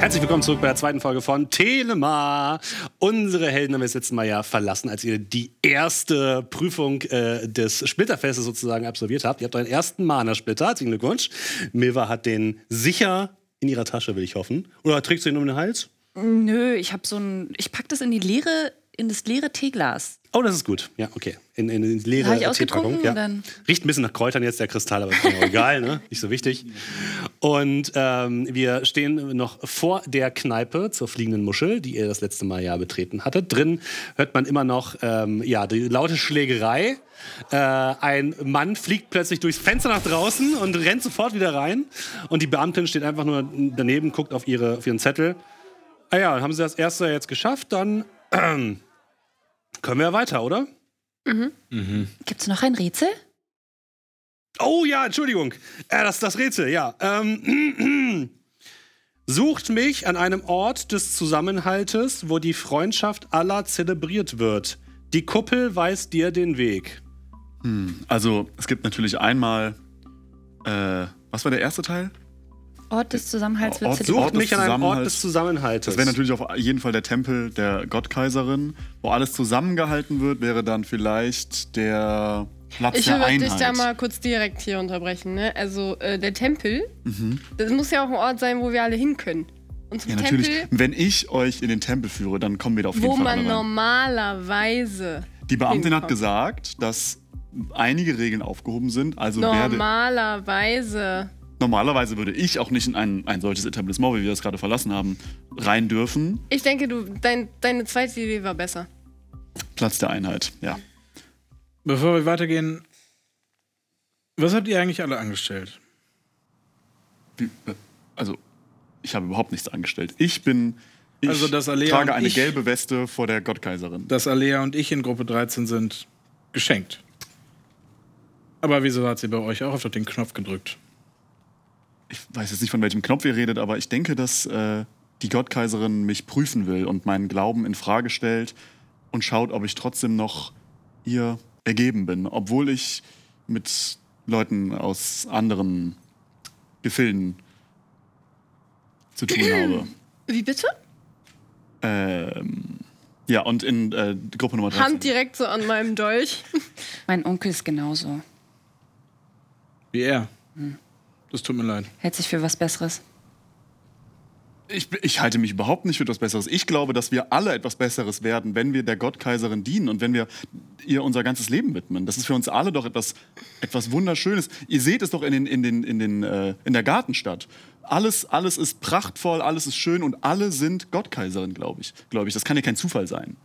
Herzlich willkommen zurück bei der zweiten Folge von Telema. Unsere Helden haben jetzt letzten Mal ja verlassen, als ihr die erste Prüfung äh, des Splitterfestes sozusagen absolviert habt. Ihr habt euren ersten Mana-Splitter. Herzlichen Glückwunsch. Milva hat den sicher in ihrer Tasche, will ich hoffen. Oder trägst du ihn um den Hals? Nö, ich habe so ein. Ich pack das in die leere, in das leere Teeglas. Oh, das ist gut. Ja, okay. In, in, in leere Habe ich ausgetrunken Teepackung, ja. und dann- Riecht ein bisschen nach Kräutern jetzt der Kristall, aber ist mir auch egal, ne? Nicht so wichtig. Und ähm, wir stehen noch vor der Kneipe zur fliegenden Muschel, die ihr das letzte Mal ja betreten hattet. Drin hört man immer noch ähm, ja, die laute Schlägerei. Äh, ein Mann fliegt plötzlich durchs Fenster nach draußen und rennt sofort wieder rein. Und die Beamtin steht einfach nur daneben, guckt auf, ihre, auf ihren Zettel. Ah ja, haben sie das erste jetzt geschafft, dann können wir ja weiter, oder? Gibt's noch ein Rätsel? Oh ja, Entschuldigung. Äh, das ist das Rätsel, ja. Ähm, sucht mich an einem Ort des Zusammenhaltes, wo die Freundschaft aller zelebriert wird. Die Kuppel weist dir den Weg. Also, es gibt natürlich einmal. Äh, was war der erste Teil? Ort des Zusammenhalts Ort- wird so- zitiert. Sucht Ort des mich an einem Ort Zusammenhalts. des Zusammenhaltes. Das wäre natürlich auf jeden Fall der Tempel der Gottkaiserin. Wo alles zusammengehalten wird, wäre dann vielleicht der Platz Ich der würde Einheit. dich da mal kurz direkt hier unterbrechen. Ne? Also äh, der Tempel, das muss ja auch ein Ort sein, wo wir alle hin können. Und zum Mhm. ja, natürlich. Tempel, Wenn ich euch in den Tempel führe, dann kommen wir da auf jeden wo Fall alle man rein. normalerweise Die Beamtin hat hinkommt. gesagt, dass einige Regeln aufgehoben sind. Also werde, normalerweise normalerweise würde ich auch nicht in ein, ein solches Etablissement, wie wir das gerade verlassen haben, rein dürfen. Ich denke, du, dein, deine zweite Idee war besser. Platz der Einheit, ja. Bevor wir weitergehen, was habt ihr eigentlich alle angestellt? Wie- äh, Also, ich habe überhaupt nichts angestellt. Ich bin. Ich Also, dass Alea und trage eine ich- gelbe Weste vor der Gottkaiserin. Dass Alea und ich in Gruppe 13 sind, geschenkt. Aber wieso hat sie bei euch auch auf den Knopf gedrückt? Ich weiß jetzt nicht, von welchem Knopf ihr redet, aber ich denke, dass äh, die Gottkaiserin mich prüfen will und meinen Glauben in Frage stellt und schaut, ob ich trotzdem noch ihr ergeben bin, obwohl ich mit Leuten aus anderen Gefilden zu tun habe. Wie bitte? Ähm, ja, und in äh, Gruppe Nummer 13. Hand direkt so an meinem Dolch. Mein Onkel ist genauso. Wie er. Das tut mir leid. Hält sich für was Besseres. Ich, ich halte mich überhaupt nicht für etwas Besseres. Ich glaube, dass wir alle etwas Besseres werden, wenn wir der Gottkaiserin dienen und wenn wir ihr unser ganzes Leben widmen. Das ist für uns alle doch etwas, etwas Wunderschönes. Ihr seht es doch in, den, in, den, in, den, äh, in der Gartenstadt. Alles, alles ist prachtvoll, alles ist schön und alle sind Gottkaiserin, glaube ich. Glaube ich. Das kann ja kein Zufall sein.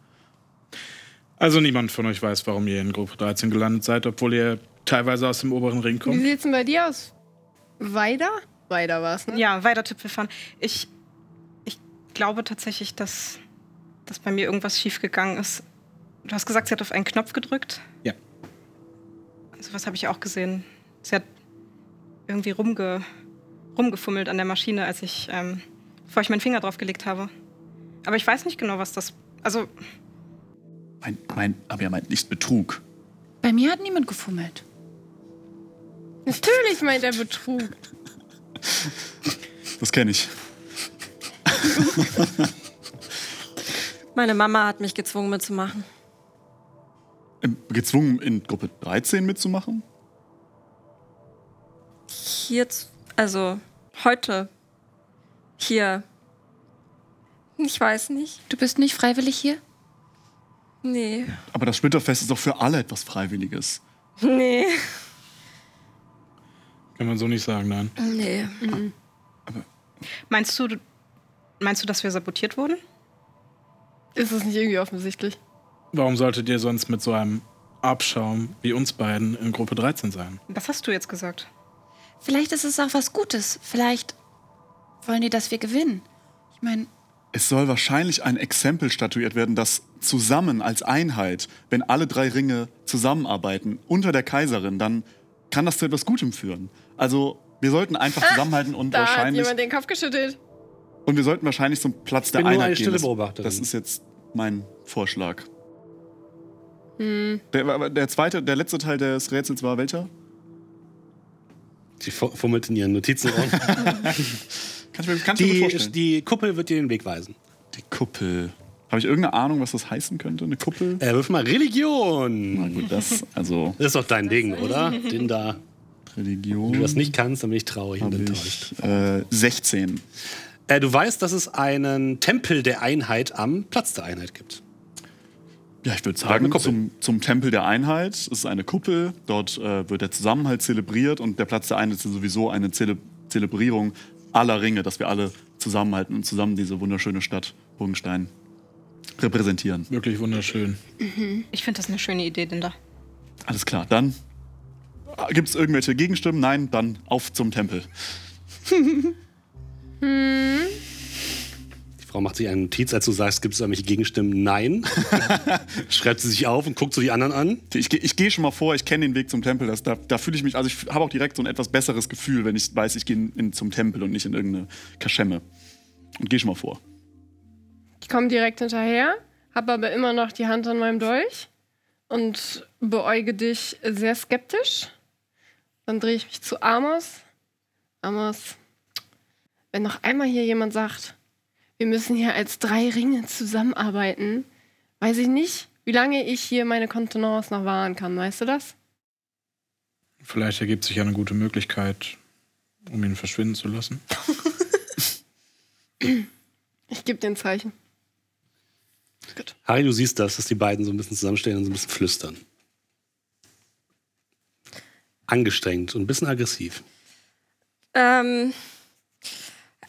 Also niemand von euch weiß, warum ihr in Gruppe 13 gelandet seid, obwohl ihr teilweise aus dem oberen Ring Wie kommt. sieht's denn bei dir aus? Weider? Weider war's, ne? Ja, weiter Tüpfelfahren. Ich, ich glaube tatsächlich, dass, dass bei mir irgendwas schiefgegangen ist. Du hast gesagt, sie hat auf einen Knopf gedrückt. Ja. Also was habe ich auch gesehen. Sie hat irgendwie rumge, rumgefummelt an der Maschine, als ich, ähm, bevor ich meinen Finger drauf gelegt habe. Aber ich weiß nicht genau, was das. Also, Mein, mein, aber ihr meint nicht Betrug. Bei mir hat niemand gefummelt. Natürlich meint er Betrug. Das kenne ich. Meine Mama hat mich gezwungen mitzumachen. Ähm, Gezwungen, in Gruppe 13 mitzumachen? Hier, zu- also heute. Hier. Ich weiß nicht. Du bist nicht freiwillig hier? Nee. Aber das Splitterfest ist doch für alle etwas Freiwilliges. Nee. Kann man so nicht sagen, nein. Nee. meinst du, meinst du, dass wir sabotiert wurden? Ist es nicht irgendwie offensichtlich? Warum solltet ihr sonst mit so einem Abschaum wie uns beiden in Gruppe 13 sein? Das hast du jetzt gesagt. Vielleicht ist es auch was Gutes. Vielleicht wollen die, dass wir gewinnen. Ich meine, Es soll wahrscheinlich ein Exempel statuiert werden, dass zusammen als Einheit, wenn alle drei Ringe zusammenarbeiten unter der Kaiserin, dann kann das zu etwas Gutem führen. Also wir sollten einfach zusammenhalten und Ah, Da hat wahrscheinlich jemand den Kopf geschüttelt. und wir sollten wahrscheinlich zum Platz der bin nur eine Einheit gehen. stille Das- Beobachterin. Das ist jetzt mein Vorschlag. Hm. Der, aber der zweite, der letzte Teil des Rätsels war welcher? Sie fu- fummelt in ihren Notizen rum. Kannst du mir, kannst du mir gut Die, vorstellen? die Kuppel wird dir den Weg weisen. Die Kuppel. Habe ich irgendeine Ahnung, was das heißen könnte? Eine Kuppel? Äh, wirf mal Religion. Na gut, das, also Das ist doch dein Ding, oder? Den da. Religion. Wenn du das nicht kannst, dann bin ich traurig und hab enttäuscht. ich, äh, 16. Äh, du weißt, dass es einen Tempel der Einheit am Platz der Einheit gibt. Ja, ich würde eine sagen, Kuppel. zum, zum Tempel der Einheit. Es ist eine Kuppel. Dort äh, wird der Zusammenhalt zelebriert und der Platz der Einheit ist sowieso eine Zele Zelebrierung aller Ringe, dass wir alle zusammenhalten und zusammen diese wunderschöne Stadt Burgenstein repräsentieren. Wirklich wunderschön. Ich finde das eine schöne Idee, Dinda. Alles klar, dann gibt es irgendwelche Gegenstimmen? Nein, dann auf zum Tempel. Die Frau macht sich eine Notiz, als du sagst, gibt es irgendwelche Gegenstimmen? Nein. Schreibt sie sich auf und guckt so die anderen an. Ich, geh- ich gehe schon mal vor, ich kenne den Weg zum Tempel. Das, da da fühle ich mich, also ich habe auch direkt so ein etwas besseres Gefühl, wenn ich weiß, ich gehe in- in- zum Tempel und nicht in irgendeine Kaschemme. Und gehe schon mal vor. Ich komme direkt hinterher, habe aber immer noch die Hand an meinem Dolch und beäuge dich sehr skeptisch. Dann drehe ich mich zu Amos. Amos, wenn noch einmal hier jemand sagt, wir müssen hier als drei Ringe zusammenarbeiten, weiß ich nicht, wie lange ich hier meine Kontenance noch wahren kann. Weißt du das? Vielleicht ergibt sich ja eine gute Möglichkeit, um ihn verschwinden zu lassen. Ich gebe dir ein Zeichen. Gut. Harry, du siehst das, dass die beiden so ein bisschen zusammenstehen und so ein bisschen flüstern. Angestrengt und ein bisschen aggressiv. Ähm,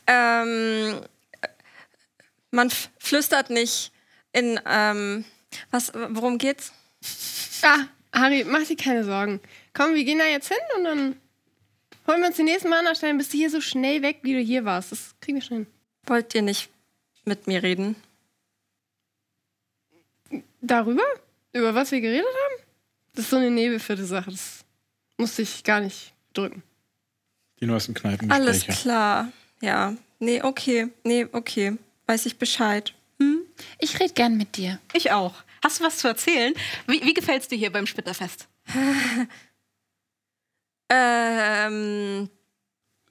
ähm, man f- flüstert nicht in, ähm, was, worum geht's? Ah, Harry, mach dir keine Sorgen. Komm, wir gehen da jetzt hin und dann holen wir uns die nächsten Mal an Stein. Bist du hier so schnell weg, wie du hier warst? Das kriegen wir schon hin. Wollt ihr nicht mit mir reden? Darüber? Über was wir geredet haben? Das ist so eine nebelvierte Sache. Das musste ich gar nicht drücken. Die neuesten Alles Kneipengespräche. klar. Ja. Nee, okay. Nee, okay. Weiß ich Bescheid. Ich rede gern mit dir. Ich auch. Hast du was zu erzählen? Wie, wie gefällt's dir hier beim Spitterfest? Ähm,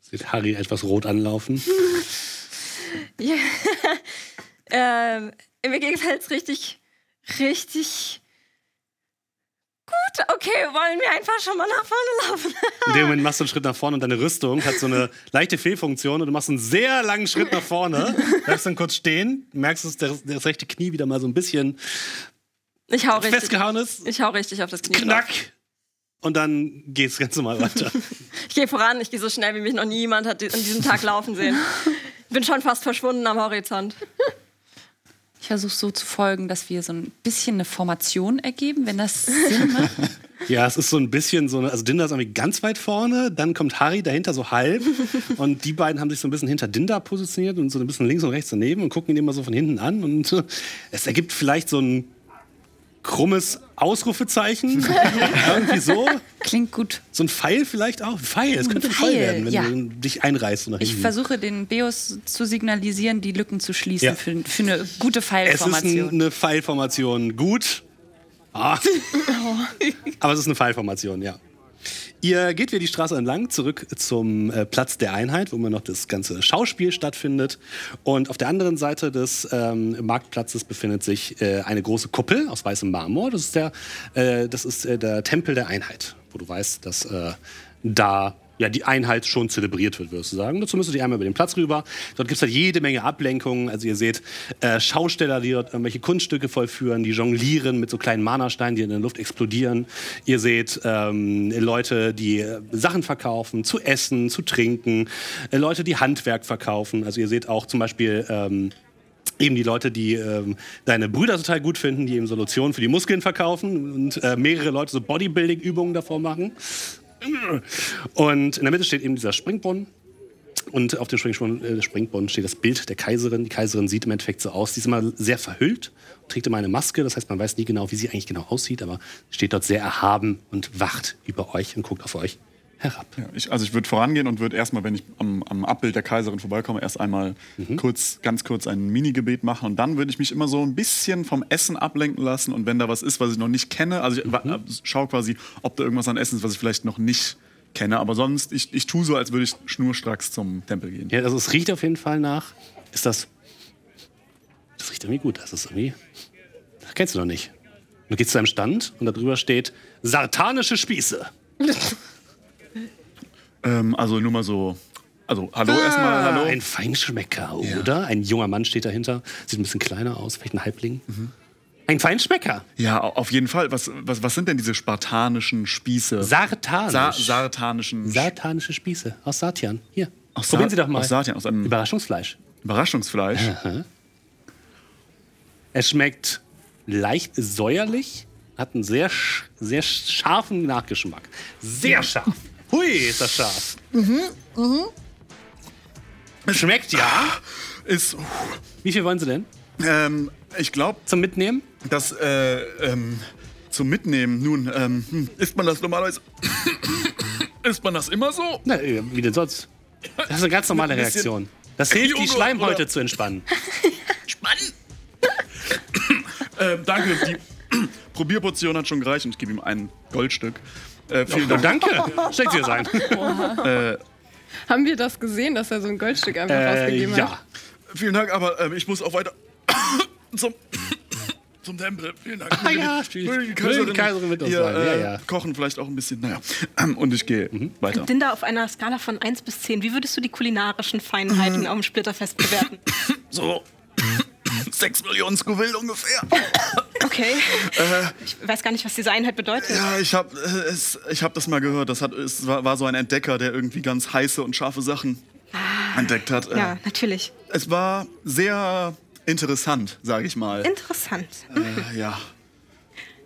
Sieht Harry etwas rot anlaufen. ja. ähm, mir gefällt's richtig, richtig gut. Okay, wollen wir einfach schon mal nach vorne laufen? In dem Moment machst du einen Schritt nach vorne und deine Rüstung hat so eine leichte Fehlfunktion und du machst einen sehr langen Schritt nach vorne. Bleibst dann kurz stehen, merkst, dass das, das rechte Knie wieder mal so ein bisschen Ich hau richtig. festgehauen ist. Ich hau richtig auf das Knie. drauf. Knack! Und dann geht's ganz normal weiter. Ich gehe voran, ich gehe so schnell, wie mich noch niemand hat an diesem Tag laufen sehen. Bin schon fast verschwunden am Horizont. Ich versuche so zu folgen, dass wir so ein bisschen eine Formation ergeben, wenn das Sinn macht. Ja, es ist so ein bisschen so eine, also Dinda ist irgendwie ganz weit vorne, dann kommt Harry dahinter so halb und die beiden haben sich so ein bisschen hinter Dinda positioniert und so ein bisschen links und rechts daneben und gucken ihn immer so von hinten an und äh, es ergibt vielleicht so ein krummes Ausrufezeichen, irgendwie so, Klingt gut. so ein Pfeil vielleicht auch, ein Pfeil, es könnte ein Ein Pfeil Pfeil, werden, wenn ja. du dich einreißt so nach Ich hinten. versuche den Beos zu signalisieren, die Lücken zu schließen Ja. für, für eine gute es ist ein, Pfeilformation. eine Pfeilformation, gut. Ah. Aber es ist eine Pfeilformation, ja. Ihr geht wieder die Straße entlang, zurück zum äh, Platz der Einheit, wo immer noch das ganze Schauspiel stattfindet. Und auf der anderen Seite des ähm, Marktplatzes befindet sich äh, eine große Kuppel aus weißem Marmor. Das ist der, äh, das ist, äh, der Tempel der Einheit, wo du weißt, dass äh, da ja, die Einheit schon zelebriert wird, würdest du sagen. Dazu müsst ihr die einmal über den Platz rüber. Dort gibt es halt jede Menge Ablenkungen. Also ihr seht äh, Schausteller, die dort irgendwelche Kunststücke vollführen, die jonglieren mit so kleinen Mana-Steinen, die in der Luft explodieren. Ihr seht ähm, Leute, die äh, Sachen verkaufen, zu essen, zu trinken. Äh, Leute, die Handwerk verkaufen. Also ihr seht auch zum Beispiel... Ähm, Eben die Leute, die ähm, deine Brüder total gut finden, die eben so Lotionen für die Muskeln verkaufen und äh, mehrere Leute so Bodybuilding-Übungen davor machen. Und in der Mitte steht eben dieser Springbrunnen. Und auf dem Springbrunnen, äh, Springbrunnen steht das Bild der Kaiserin. Die Kaiserin sieht im Endeffekt so aus. Sie ist immer sehr verhüllt, trägt immer eine Maske. Das heißt, man weiß nie genau, wie sie eigentlich genau aussieht, aber steht dort sehr erhaben und wacht über euch und guckt auf euch herab. Ja, ich, also ich würde vorangehen und würde erstmal, wenn ich am, am Abbild der Kaiserin vorbeikomme, erst einmal kurz, ganz kurz ein Mini-Gebet machen und dann würde ich mich immer so ein bisschen vom Essen ablenken lassen äh, und wenn da was ist, was ich noch nicht kenne, also ich wa- schaue quasi, ob da irgendwas an Essen ist, was ich vielleicht noch nicht kenne. Aber sonst, ich, ich tue so, als würde ich schnurstracks zum Tempel gehen. Ja, also es riecht auf jeden Fall nach. Ist das. Das riecht irgendwie gut. Das ist irgendwie. Das kennst du noch nicht. Du gehst zu einem Stand und da drüber steht sartanische Spieße. Ähm, also nur mal so. Also, hallo erstmal, hallo. Ein Feinschmecker, oder? Ein junger Mann steht dahinter. Sieht ein bisschen kleiner aus, vielleicht ein Halbling. Ein Feinschmecker. Mhm. Ja, au- auf jeden Fall. Was, was, was sind denn diese spartanischen Spieße? Sartanisch. Sa sartanischen Sch- Sartanische Spieße aus Satian. Hier. Aus Probieren Sa- Sie doch mal. aus Satian, aus einem- Überraschungsfleisch. Überraschungsfleisch. Es schmeckt leicht säuerlich, hat einen sehr, sch sehr scharfen Nachgeschmack. Sehr scharf. Hui, ist das scharf. Es Schmeckt ja. Ist, Wie viel wollen Sie denn ähm, ich glaube, zum Mitnehmen? dass äh, ähm, zum Mitnehmen, nun, ähm, hm, isst man das normalerweise. isst man das immer so? Na, äh, wie denn sonst? Das ist eine ganz normale Mit ein bisschen Reaktion. Das hilft, die Joghurt Schleimhäute oder- zu entspannen. Ähm, danke, die Probierportion hat schon gereicht und ich gebe ihm ein Goldstück. Äh, vielen Oh, Dank. danke. Schlägt dir sein. Haben wir das gesehen, dass er so ein Goldstück einfach Äh, rausgegeben ja. hat? Vielen Dank, aber ähm, ich muss auch weiter zum, zum Tempel. Vielen Dank. Ah ja, stimmt. Möge die Möge die Kaiserin mit uns ihr, sein. Ja, äh, ja. Mhm. Kochen vielleicht auch ein bisschen. Naja. ähm, Und ich gehe weiter. Dinda auf einer Skala von 1 bis 10. Wie würdest du die kulinarischen Feinheiten auf dem Splitterfest bewerten? So. 6 Millionen Scoville ungefähr. Oh. Okay. Äh. ich weiß gar nicht, was diese Einheit bedeutet. Ja, ich habe ich hab das mal gehört. Das hat, es war, war so ein Entdecker, der irgendwie ganz heiße und scharfe Sachen entdeckt hat. Äh, Ah. Ja, natürlich. Es war sehr interessant, sage ich mal. Interessant. äh, ja.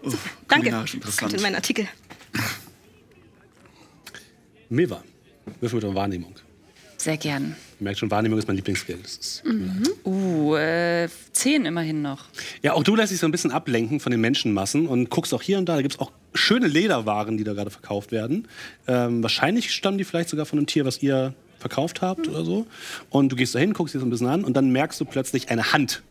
Uff, Mhm. Danke. kulinarisch Das interessant. kommt in meinen Artikel. Milva, wirf mit um Wahrnehmung. Sehr gern. Ihr merkt schon, Wahrnehmung ist mein Lieblingsskill. Das ist Uh, äh, 10 immerhin noch. Ja, auch du lässt dich so ein bisschen ablenken von den Menschenmassen und guckst auch hier und da. Da gibt es auch schöne Lederwaren, die da gerade verkauft werden. Ähm, wahrscheinlich stammen die vielleicht sogar von einem Tier, was ihr verkauft habt oder so. Und du gehst da hin, guckst dir das ein bisschen an und dann merkst du plötzlich eine Hand,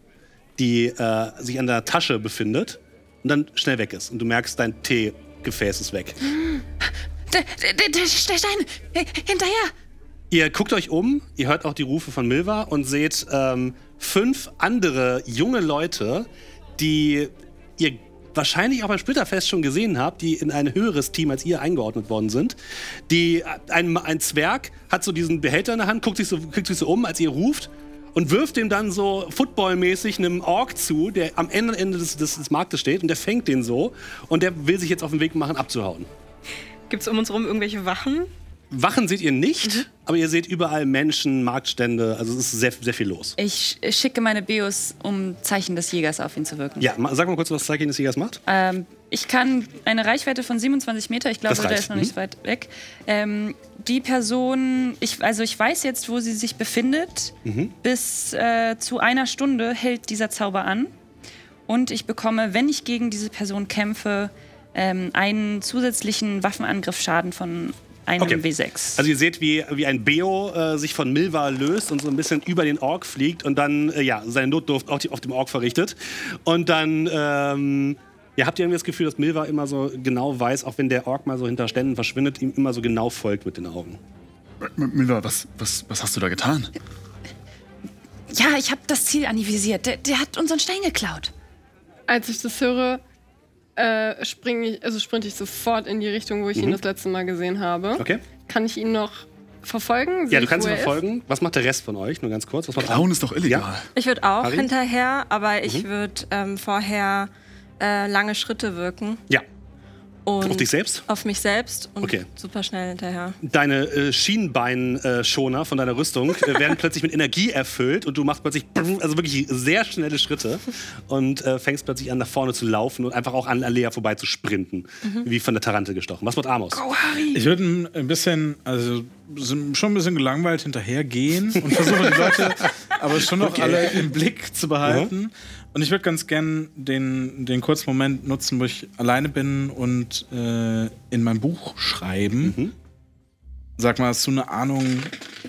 die äh, sich an der Tasche befindet und dann schnell weg ist. Und du merkst, dein Teegefäß ist weg. Der, der, der, der Stein! Hey, Hinterher! Ihr guckt euch um, ihr hört auch die Rufe von Milva und seht ähm, fünf andere junge Leute, die ihr wahrscheinlich auch beim Splitterfest schon gesehen habt, die in ein höheres Team als ihr eingeordnet worden sind. Die, ein, ein Zwerg hat so diesen Behälter in der Hand, guckt sich so, guckt sich so um, als ihr ruft und wirft dem dann so footballmäßig einem Ork zu, der am Ende, Ende des, des, des Marktes steht und der fängt den so und der will sich jetzt auf den Weg machen, abzuhauen. Gibt es um uns herum irgendwelche Wachen? Wachen seht ihr nicht, Mhm. aber ihr seht überall Menschen, Marktstände, also es ist sehr, sehr viel los. Ich sch- äh, schicke meine Bios, um Zeichen des Jägers auf ihn zu wirken. Ja, ma- sag mal kurz, was Zeichen des Jägers macht. Ähm, ich kann eine Reichweite von 27 Meter, ich glaube, Das reicht. der ist noch nicht Mhm. weit weg. Ähm, die Person, ich, also ich weiß jetzt, wo sie sich befindet. Mhm. Bis äh, zu einer Stunde hält dieser Zauber an. Und ich bekomme, wenn ich gegen diese Person kämpfe, ähm, einen zusätzlichen Waffenangriffsschaden von Ähm, einem Okay. W6. Also ihr seht, wie, wie ein Beo äh, sich von Milva löst und so ein bisschen über den Ork fliegt und dann äh, ja, seine Notdurft auf, die, auf dem Ork verrichtet. Und dann ähm, ja, habt ihr irgendwie das Gefühl, dass Milva immer so genau weiß, auch wenn der Ork mal so hinter Ständen verschwindet, ihm immer so genau folgt mit den Augen. M- Miller, was, was, was hast du da getan? Ja, ich habe das Ziel anvisiert. Der, der hat unseren Stein geklaut. Als ich das höre, äh, springe ich, also sprinte ich sofort in die Richtung, wo ich ihn das letzte Mal gesehen habe. Mhm. Okay? Kann ich ihn noch verfolgen? Sehe Ja, du ich, kannst wo ihn er ist? verfolgen. Was macht der Rest von euch? Nur ganz kurz. Was macht Klauen ist doch illegal. Ich würde auch Harry? Mhm. hinterher, aber ich würde ähm, vorher äh, lange Schritte wirken. Ja. Und Auf dich selbst? Auf mich selbst und Okay. super schnell hinterher. Deine äh, Schienbeinschoner von deiner Rüstung äh, werden plötzlich mit Energie erfüllt und du machst plötzlich also wirklich sehr schnelle Schritte und äh, fängst plötzlich an, nach vorne zu laufen und einfach auch an Alea vorbei zu sprinten, wie von der Tarantel gestochen. Was macht Amos? Ich würde ein- ein bisschen, also so- schon ein bisschen gelangweilt hinterhergehen und versuche die Leute, aber schon noch alle im Blick zu behalten. Und ich würde ganz gern den, den kurzen Moment nutzen, wo ich alleine bin und äh, in mein Buch schreiben. Mhm. Sag mal, hast du eine Ahnung,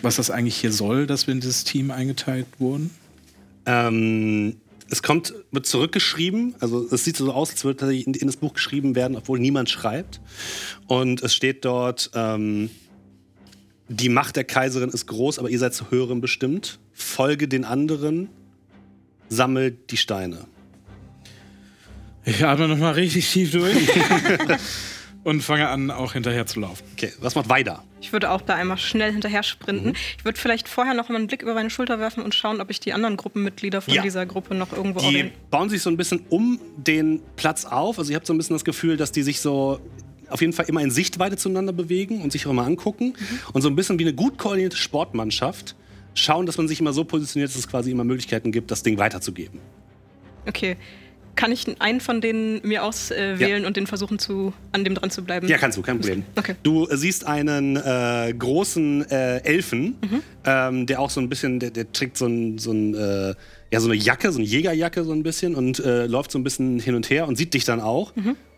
was das eigentlich hier soll, dass wir in dieses Team eingeteilt wurden? Ähm, es kommt, wird zurückgeschrieben. Also es sieht so aus, als würde tatsächlich in, in das Buch geschrieben werden, obwohl niemand schreibt. Und es steht dort, ähm, die Macht der Kaiserin ist groß, aber ihr seid zu höherem bestimmt. Folge den anderen, sammelt die Steine. Ich atme nochmal richtig tief durch und fange an, auch hinterher zu laufen. Okay, was macht Weida? Ich würde auch da einmal schnell hinterher sprinten. Mhm. Ich würde vielleicht vorher noch mal einen Blick über meine Schulter werfen und schauen, ob ich die anderen Gruppenmitglieder von Ja. dieser Gruppe noch irgendwo Die orien- bauen sich so ein bisschen um den Platz auf. Also ihr habt so ein bisschen das Gefühl, dass die sich so auf jeden Fall immer in Sichtweite zueinander bewegen und sich auch immer angucken. Und so ein bisschen wie eine gut koordinierte Sportmannschaft schauen, dass man sich immer so positioniert, dass es quasi immer Möglichkeiten gibt, das Ding weiterzugeben. Okay. Kann ich einen von denen mir auswählen äh, wählen und den versuchen, zu, an dem dran zu bleiben? Ja, kannst du, kein Problem. Hm? Okay. Du äh, siehst einen äh, großen äh, Elfen, ähm, der auch so ein bisschen, der, der trägt so, ein, so, ein, äh, ja, so eine Jacke, so eine Jägerjacke so ein bisschen und äh, läuft so ein bisschen hin und her und sieht dich dann auch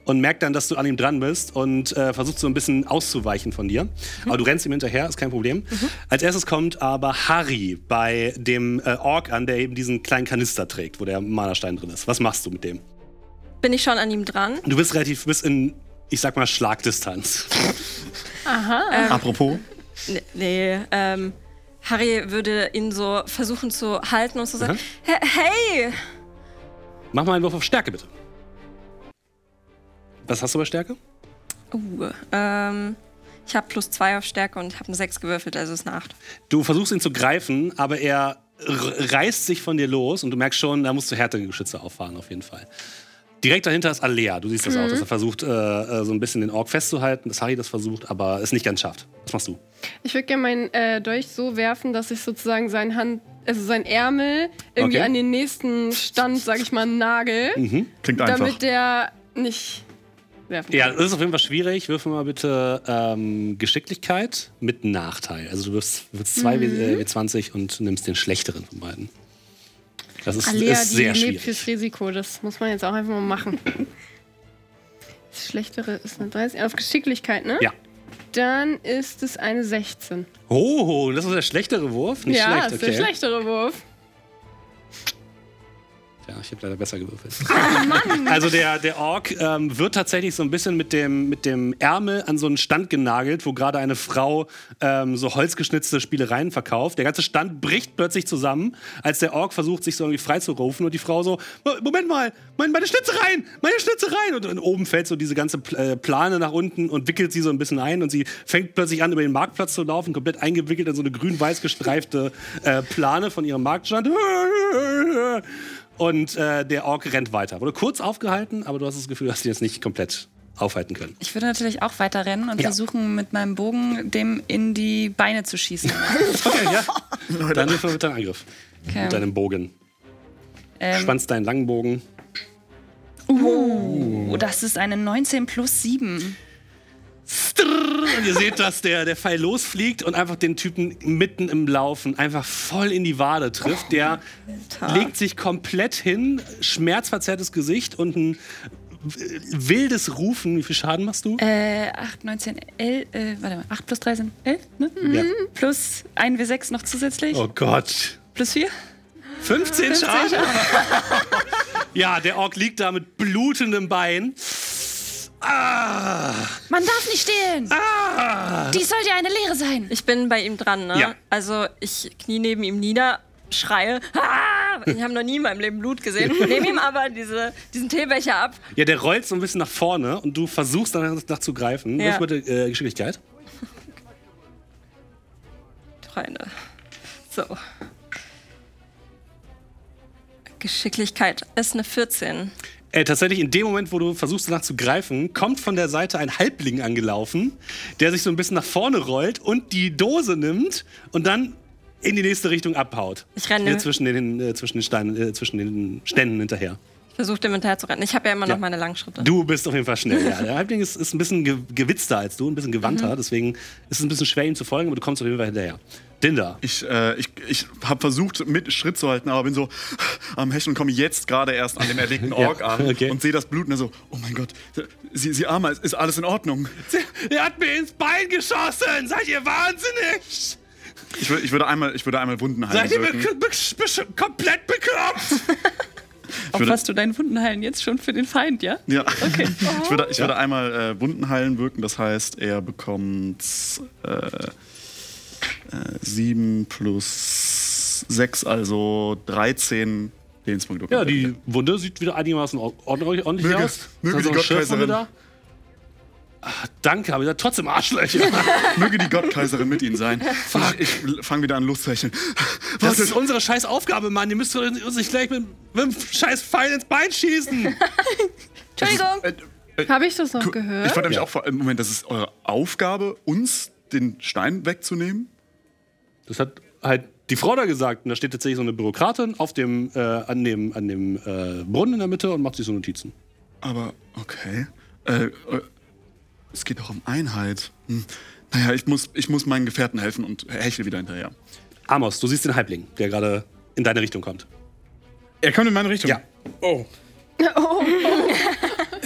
und merkt dann, dass du an ihm dran bist und äh, versucht so ein bisschen auszuweichen von dir. Aber du rennst ihm hinterher, ist kein Problem. Als erstes kommt aber Harry bei dem äh, Ork an, der eben diesen kleinen Kanister trägt, wo der Mana-Stein drin ist. Was machst du mit dem? Bin ich schon an ihm dran? Du bist relativ, du bist in, ich sag mal, Schlagdistanz. Apropos, Nee, nee ähm, Harry würde ihn so versuchen zu halten und zu sagen, Mhm. "He- hey, Mach mal einen Wurf auf Stärke, bitte. Was hast du bei Stärke? Uh, ähm, ich habe plus zwei auf Stärke und habe eine sechs gewürfelt, also ist eine acht. Du versuchst ihn zu greifen, aber er r- reißt sich von dir los und du merkst schon, da musst du härtere Geschütze auffahren, auf jeden Fall. Direkt dahinter ist Alea. Du siehst das auch, dass er versucht, äh, äh, so ein bisschen den Ork festzuhalten, dass Harry das versucht, aber es nicht ganz schafft. Was machst du? Ich würde gerne meinen äh, Dolch so werfen, dass ich sozusagen seinen Hand, also seinen Ärmel irgendwie Okay. Mhm. an den nächsten Stand, sag ich mal, nagel, klingt einfach. damit der nicht werfen Ja, kann. das ist auf jeden Fall schwierig. Wirf mir mal bitte ähm, Geschicklichkeit mit Nachteil. Also du wirst, wirst zwei W- äh, W20 und nimmst den schlechteren von beiden. Das ist, Alea, ist sehr die lebt schwierig. fürs Risiko. Das muss man jetzt auch einfach mal machen. Das Schlechtere ist eine 30. Auf Geschicklichkeit, ne? Ja. Dann ist es eine 16. Oh, das ist der schlechtere Wurf. Nicht ja, schlecht, ist okay. der schlechtere Wurf. Ja, ich habe leider besser gewürfelt. also der, der Ork ähm, wird tatsächlich so ein bisschen mit dem, mit dem Ärmel an so einen Stand genagelt, wo gerade eine Frau ähm, so holzgeschnitzte Spielereien verkauft. Der ganze Stand bricht plötzlich zusammen, als der Ork versucht, sich so irgendwie freizurufen und die Frau so, "Mo- Moment mal, meine, meine Schnitzereien, meine Schnitzereien. Und, und oben fällt so diese ganze Pl- äh, Plane nach unten und wickelt sie so ein bisschen ein und sie fängt plötzlich an, über den Marktplatz zu laufen, komplett eingewickelt in so eine grün-weiß gestreifte äh, Plane von ihrem Marktstand. Und äh, der Ork rennt weiter. Wurde kurz aufgehalten, aber du hast das Gefühl, dass die jetzt nicht komplett aufhalten können. Ich würde natürlich auch weiter rennen und Ja. versuchen, mit meinem Bogen dem in die Beine zu schießen. Okay, ja. Dann wirf mal mit deinem Angriff. Okay. Mit deinem Bogen. Ähm, Spannst deinen langen Bogen. oh, das ist eine 19 plus 7. Und ihr seht, dass der, der Pfeil losfliegt und einfach den Typen mitten im Laufen einfach voll in die Wade trifft. Der Oh, legt sich komplett hin, schmerzverzerrtes Gesicht und ein wildes Rufen. Wie viel Schaden machst du? Äh, 8, 19, 11, äh, warte mal, 8 plus 3 sind 11, ne? Ja. Plus 1 W6 noch zusätzlich, Oh Gott. plus 4. 15 Schaden. ja, der Ork liegt da mit blutendem Bein. Ah, Man darf nicht stehlen! ah. Dies sollte eine Lehre sein! Ich bin bei ihm dran, ne? Ja. Also ich knie neben ihm nieder, schreie, ah! ich habe noch nie in meinem Leben Blut gesehen, nehme ihm aber diese, diesen Teebecher ab. Ja, der rollt so ein bisschen nach vorne und du versuchst danach, danach zu greifen. Ja. Ja. Wirf bitte äh, Geschicklichkeit. Freunde. So. Geschicklichkeit ist eine 14. Äh, tatsächlich, in dem Moment, wo du versuchst danach zu greifen, kommt von der Seite ein Halbling angelaufen, der sich so ein bisschen nach vorne rollt und die Dose nimmt und dann in die nächste Richtung abhaut. Ich renne. Hier zwischen den, äh, zwischen den, Steinen, äh, zwischen den Ständen hinterher. Ich versuche dem hinterher zu rennen. Ich habe ja immer Ja. noch meine Langschritte. Du bist auf jeden Fall schnell, ja. Der Halbling ist, ist ein bisschen ge gewitzter als du, ein bisschen gewandter, Mhm. deswegen ist es ein bisschen schwer, ihm zu folgen, aber du kommst auf jeden Fall hinterher. Dinda. Ich, äh, ich, ich habe versucht, mit Schritt zu halten, aber bin so am Hechen und komme jetzt gerade erst an dem erlegten Ork an okay. und sehe das Blut und dann so, oh mein Gott, sie, sie Armer, ist- ist alles in Ordnung? Er hat mir ins Bein geschossen! Seid ihr wahnsinnig? Ich, wür- ich, würde, einmal, ich würde einmal Wunden heilen. Seid ihr wirken. komplett bekloppt? würde- Opferst du deinen Wunden heilen jetzt schon für den Feind, ja? Ja. Okay. Ich würde, ich würde einmal äh, Wunden heilen wirken, das heißt, er bekommt äh, 7 plus 6, also 13 Lebenspunkte. Ja, die Wunde sieht wieder einigermaßen or- ordentlich, ordentlich Möge- aus. Ist da möge die so ein Schürf Gottkaiserin- da? Ach, Ah, danke, aber ihr seid trotzdem Arschlöcher. Möge die Gottkaiserin mit ihnen sein. Fuck. Ich, ich fange wieder an loszurechnen. Das Was? ist unsere scheiß Aufgabe, Mann. Ihr müsst uns nicht gleich mit, mit einem scheiß Pfeil ins Bein schießen. Entschuldigung. Äh, äh, Habe ich das noch Ich gehört? fand nämlich auch vor äh, Moment, das ist eure Aufgabe, uns den Stein wegzunehmen? Das hat halt die Frau da gesagt. Und da steht tatsächlich so eine Bürokratin auf dem, äh, an dem, an dem äh, Brunnen in der Mitte und macht sich so Notizen. Aber okay. Äh, äh, es geht doch um Einheit. Hm. Naja, ich muss, ich muss meinen Gefährten helfen und hechle wieder hinterher. Amos, du siehst den Halbling, der gerade in deine Richtung kommt. Er kommt in meine Richtung. Ja. Oh. Du warst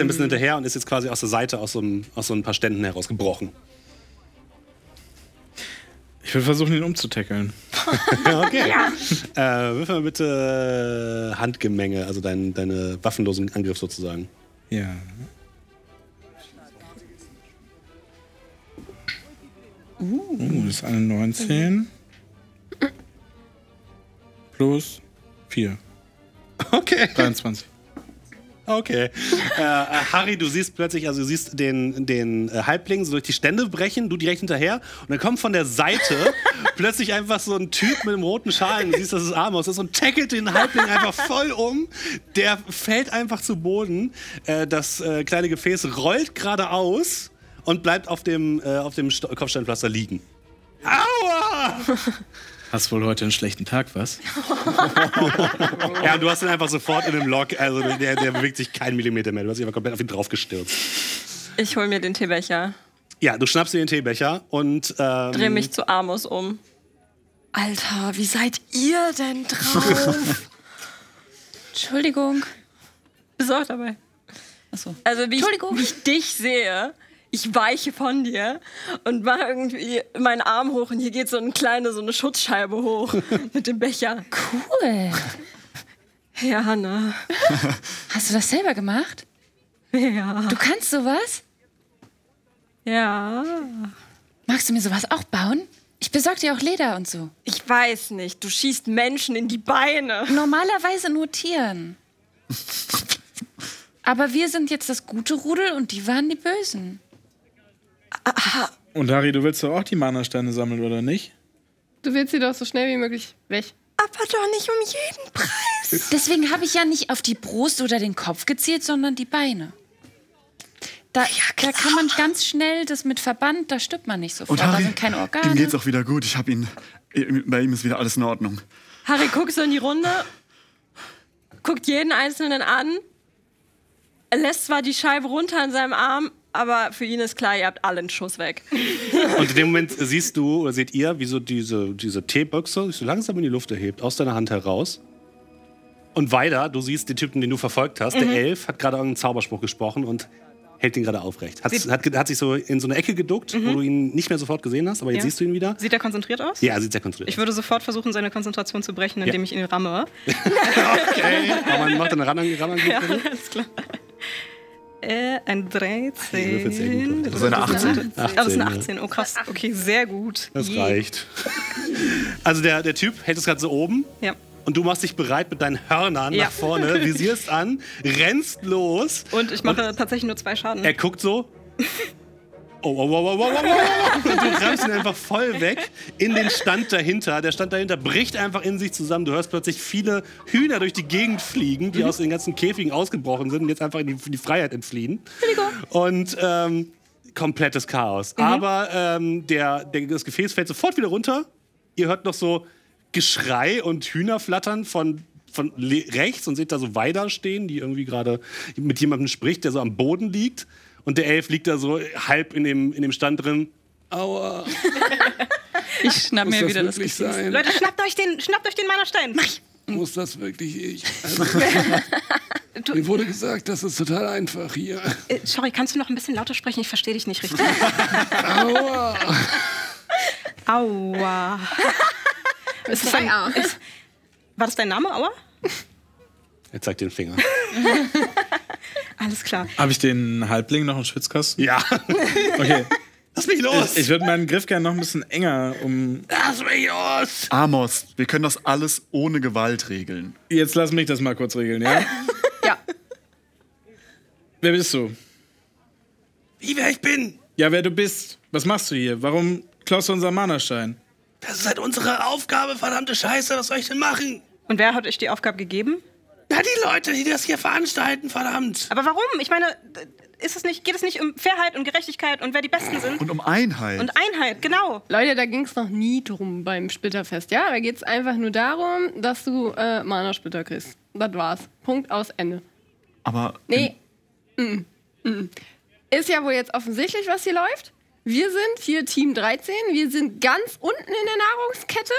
ja ein bisschen hinterher und ist jetzt quasi aus der Seite, aus so, einem, aus so ein paar Ständen herausgebrochen. Ich will versuchen, ihn umzutackeln. Okay. äh, wirf mal bitte Handgemenge, also dein, deine waffenlosen Angriff sozusagen. Ja. Uh, das ist eine 19. Plus 4. Okay. 23. Okay. äh, äh, Harry, du siehst plötzlich, also du siehst den, den äh, Halbling so durch die Stände brechen, du direkt hinterher. Und dann kommt von der Seite plötzlich einfach so ein Typ mit einem roten Schal. und Du siehst, dass es Amos ist und tackelt den Halbling einfach voll um. Der fällt einfach zu Boden. Äh, das äh, kleine Gefäß rollt geradeaus und bleibt auf dem, äh, auf dem Sto- Kopfsteinpflaster liegen. Aua! Hast wohl heute einen schlechten Tag, was? Ja, und du hast ihn einfach sofort in dem Lock. Also der, der bewegt sich keinen Millimeter mehr. Du hast ihn einfach komplett auf ihn draufgestürzt. Ich hol mir den Teebecher, Ja, du schnappst dir den Teebecher und ähm, dreh mich zu Amos um. Alter, wie seid ihr denn drauf? Entschuldigung. Besorgt dabei. Achso. Also wie ich, wie ich dich sehe, ich weiche von dir und mache irgendwie meinen Arm hoch und hier geht so eine kleine, so eine Schutzscheibe hoch mit dem Becher. Cool. Ja, ne? Hanna. Hast du das selber gemacht? Ja. Du kannst sowas? Ja. Magst du mir sowas auch bauen? Ich besorge dir auch Leder und so. Ich weiß nicht, du schießt Menschen in die Beine. Normalerweise nur Tieren. Aber wir sind jetzt das gute Rudel und die waren die Bösen. Und Harry, du willst doch auch die Mana-Steine sammeln, oder nicht? Du willst sie doch so schnell wie möglich weg. Aber doch nicht um jeden Preis. Deswegen habe ich ja nicht auf die Brust oder den Kopf gezielt, sondern die Beine. Da, da kann man ganz schnell das mit Verband, da stirbt man nicht sofort. genau. Und Da Harry, sind keine ihm Organe. geht's auch wieder gut. Ich habe ihn, äh, bei ihm ist wieder alles in Ordnung. Harry guckt so in die Runde, guckt jeden Einzelnen an, lässt zwar die Scheibe runter an seinem Arm, aber für ihn ist klar, ihr habt allen Schuss weg. und in dem Moment siehst du oder seht ihr, wie so diese, diese Teebüchse sich so langsam in die Luft erhebt, aus deiner Hand heraus. Und weiter, du siehst den Typen, den du verfolgt hast, Mhm. der Elf, hat gerade irgendeinen Zauberspruch gesprochen und hält ihn gerade aufrecht. Hat, hat, ge- hat sich so in so eine Ecke geduckt, wo du ihn nicht mehr sofort gesehen hast, aber jetzt Mhm. Ja. siehst du ihn wieder. Sieht er konzentriert aus? Ja, er sieht sehr kontrolliert. Ich würde sofort versuchen, seine Konzentration zu brechen, indem ich ihn ramme. okay. Aber man macht dann ran, ran, ran. Ja. Alles klar. Äh, ein Die würfeln sehr gut, 13. Leute. Das ist eine 18. Ah, das ist eine 18, 18. Oh, krass. Okay, sehr gut. Das Je. reicht. Also der, der Typ hält es gerade so oben Ja. Und du machst dich bereit mit deinen Hörnern Ja. nach vorne, visierst an, rennst los. Und ich mache tatsächlich nur zwei Schaden. Er guckt so. Oh, oh, oh, oh, oh, oh, oh, oh. Und du rammst ihn einfach voll weg in den Stand dahinter. Der Stand dahinter bricht einfach in sich zusammen. Du hörst plötzlich viele Hühner durch die Gegend fliegen, Mhm. die aus den ganzen Käfigen ausgebrochen sind und jetzt einfach in die, in die Freiheit entfliehen. Und ähm, komplettes Chaos. Mhm. Aber ähm, der, der, das Gefäß fällt sofort wieder runter. Ihr hört noch so Geschrei und Hühnerflattern von, von le- rechts und seht da so Weider stehen, die irgendwie gerade mit jemandem spricht, der so am Boden liegt. Und der Elf liegt da so halb in dem, in dem Stand drin. Aua, Ich schnapp mir wieder das wirklich Gefäß. sein? Leute, schnappt euch den, schnappt euch den meiner Stein. Mach ich. Muss das wirklich ich? mir wurde gesagt, das ist total einfach hier. Äh, sorry, kannst du noch ein bisschen lauter sprechen? Ich verstehe dich nicht richtig. Aua. Aua. Ist das ein A? War das dein Name, Aua? Er zeigt den Finger. Alles klar. Habe ich den Halbling noch im Schwitzkasten? ja, Okay. lass mich los! Ich würde meinen Griff gerne noch ein bisschen enger um. lass mich los! Amos, wir können das alles ohne Gewalt regeln. Jetzt lass mich das mal kurz regeln, ja? Ja. Wer bist du? Wie wer ich bin, Ja, wer du bist. Was machst du hier? Warum klaust du unseren Mana-Stein? das ist halt unsere Aufgabe, verdammte Scheiße, was soll ich denn machen? Und wer hat euch die Aufgabe gegeben? Na, die Leute, die das hier veranstalten, verdammt! Aber warum? Ich meine, ist es nicht, geht es nicht um Fairheit und Gerechtigkeit und wer die Besten sind? Und um Einheit. Und Einheit, genau. Leute, da ging es noch nie drum beim Splitterfest, ja? Da geht es einfach nur darum, dass du äh, Mana-Splitter kriegst. Das war's. Punkt aus Ende. Aber Nee. Hm. Mm. Mm. Ist ja wohl jetzt offensichtlich, was hier läuft. Wir sind hier Team 13. Wir sind ganz unten in der Nahrungskette.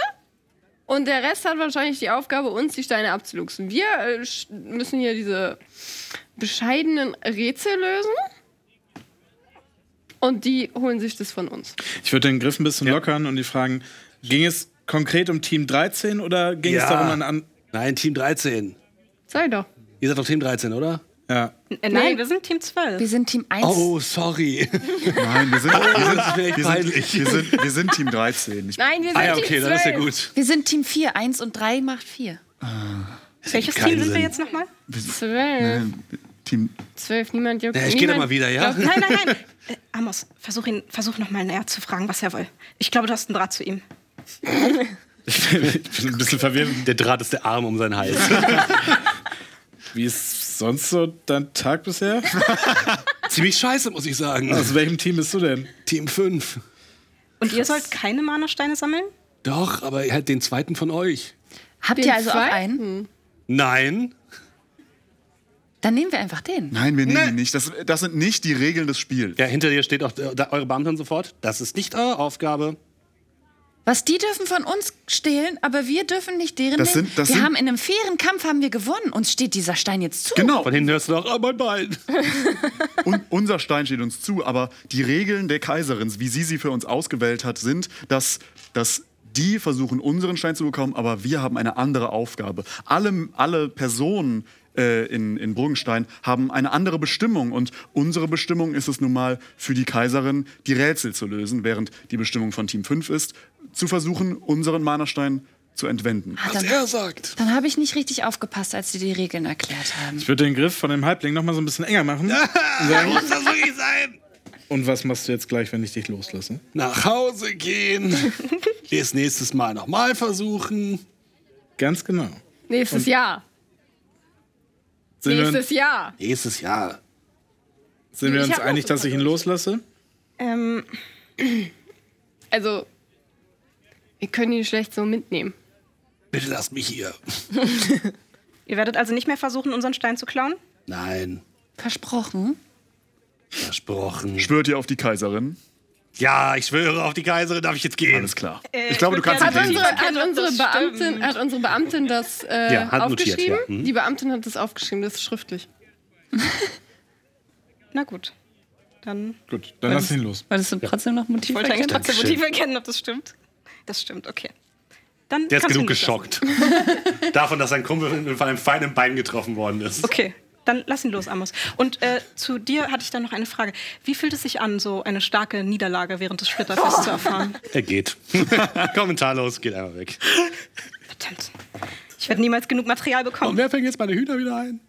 Und der Rest hat wahrscheinlich die Aufgabe, uns die Steine abzuluxen. Wir äh, sch- müssen hier diese bescheidenen Rätsel lösen. Und die holen sich das von uns. Ich würde den Griff ein bisschen lockern und die fragen: Ging es konkret um Team 13 oder ging Ja. es darum an. an Nein, Team 13. Sag doch. Ihr seid doch Team 13, oder? ja. Äh, nein, Nein. wir sind Team 12. Wir sind Team 1. Oh, sorry. äh, nein, wir sind, wir sind, Vielleicht wir peinlich. sind, wir sind, wir sind Team 13. Ich, Nein, wir sind Ah ja, okay, Team 12. dann ist ja gut. Wir sind Team 4. 1 und 3 macht 4. Welches keinen Team sind wir Sinn. jetzt nochmal? 12. Team, Zwölf, niemand juckt. Ne? Ja, ich gehe da niemand- mal wieder, ja? Nein, nein, nein. Äh, Amos, versuch, ihn, versuch nochmal näher zu fragen, was er will. Ich glaube, du hast einen Draht zu ihm. ich bin ein bisschen verwirrt. Der Draht ist der Arm um seinen Hals. Wie ist sonst so dein Tag bisher? Ziemlich scheiße, muss ich sagen. Aus welchem Team bist du denn? Team 5. Und ihr sollt keine Mana-Steine sammeln? Doch, aber halt den zweiten von euch. Habt Den ihr also auch zweiten? einen? Nein. Dann nehmen wir einfach den. nein, wir nehmen ihn nicht. Das, das sind nicht die Regeln des Spiels. Ja, hinter dir steht auch äh, da, eure Beamten sofort. Das ist nicht eure Aufgabe. Was die dürfen von uns stehlen, aber wir dürfen nicht deren Das nehmen. sind- das wir sind- haben in einem fairen Kampf haben wir gewonnen. Uns steht dieser Stein jetzt zu. Genau. Von hinten hörst du doch, oh, mein Bein. Un unser Stein steht uns zu, aber die Regeln der Kaiserin, wie sie sie für uns ausgewählt hat, sind, dass, dass die versuchen, unseren Stein zu bekommen, aber wir haben eine andere Aufgabe. Alle, alle Personen äh, in, in Burgenstein haben eine andere Bestimmung und unsere Bestimmung ist es nun mal, für die Kaiserin die Rätsel zu lösen, während die Bestimmung von Team 5 ist, zu versuchen, unseren Mana-Stein zu entwenden. Was er sagt. Dann habe ich nicht richtig aufgepasst, als die die Regeln erklärt haben. Ich würde den Griff von dem Halbling noch mal so ein bisschen enger machen. Muss das wirklich sein? Und was machst du jetzt gleich, wenn ich dich loslasse? Nach Hause gehen. Es nächstes Mal nochmal versuchen. Ganz genau. Nächstes Jahr. Sind wir, Nächstes Jahr. Nächstes Jahr. sind wir Ich uns hab noch einig, dass ich ihn loslasse? Ähm, Also, wir können ihn schlecht so mitnehmen. Bitte lasst mich hier. ihr werdet also nicht mehr versuchen, unseren Stein zu klauen? Nein. Versprochen. Versprochen. Schwört ihr auf die Kaiserin? Ja, ich schwöre auf die Kaiserin, darf ich jetzt gehen. Alles klar. Äh, ich glaube, ich du würd kannst gerne- Hat ihn unsere, lesen. hat unsere, Das Beamtin, stimmt. hat unsere Beamtin das äh, Ja, hat notiert, aufgeschrieben? ja. Mhm. Die Beamtin hat das aufgeschrieben, das ist schriftlich. Na gut. Dann Gut, dann lass ihn los. Wolltest du trotzdem noch ich Motive wollte eigentlich trotzdem Dankeschön. Motive erkennen, ob das stimmt. Das stimmt, okay. Dann Der ist kannst du genug ihn loslassen. geschockt. Davon, dass sein Kumpel von einem feinen Bein getroffen worden ist. Okay, dann lass ihn los, Amos. Und äh, zu dir hatte ich dann noch eine Frage. Wie fühlt es sich an, so eine starke Niederlage während des Splitterfests zu erfahren? Er geht. Kommentarlos, geht einfach weg. Verdammt. Ich werde niemals genug Material bekommen. wer fängt jetzt meine Hühner wieder ein?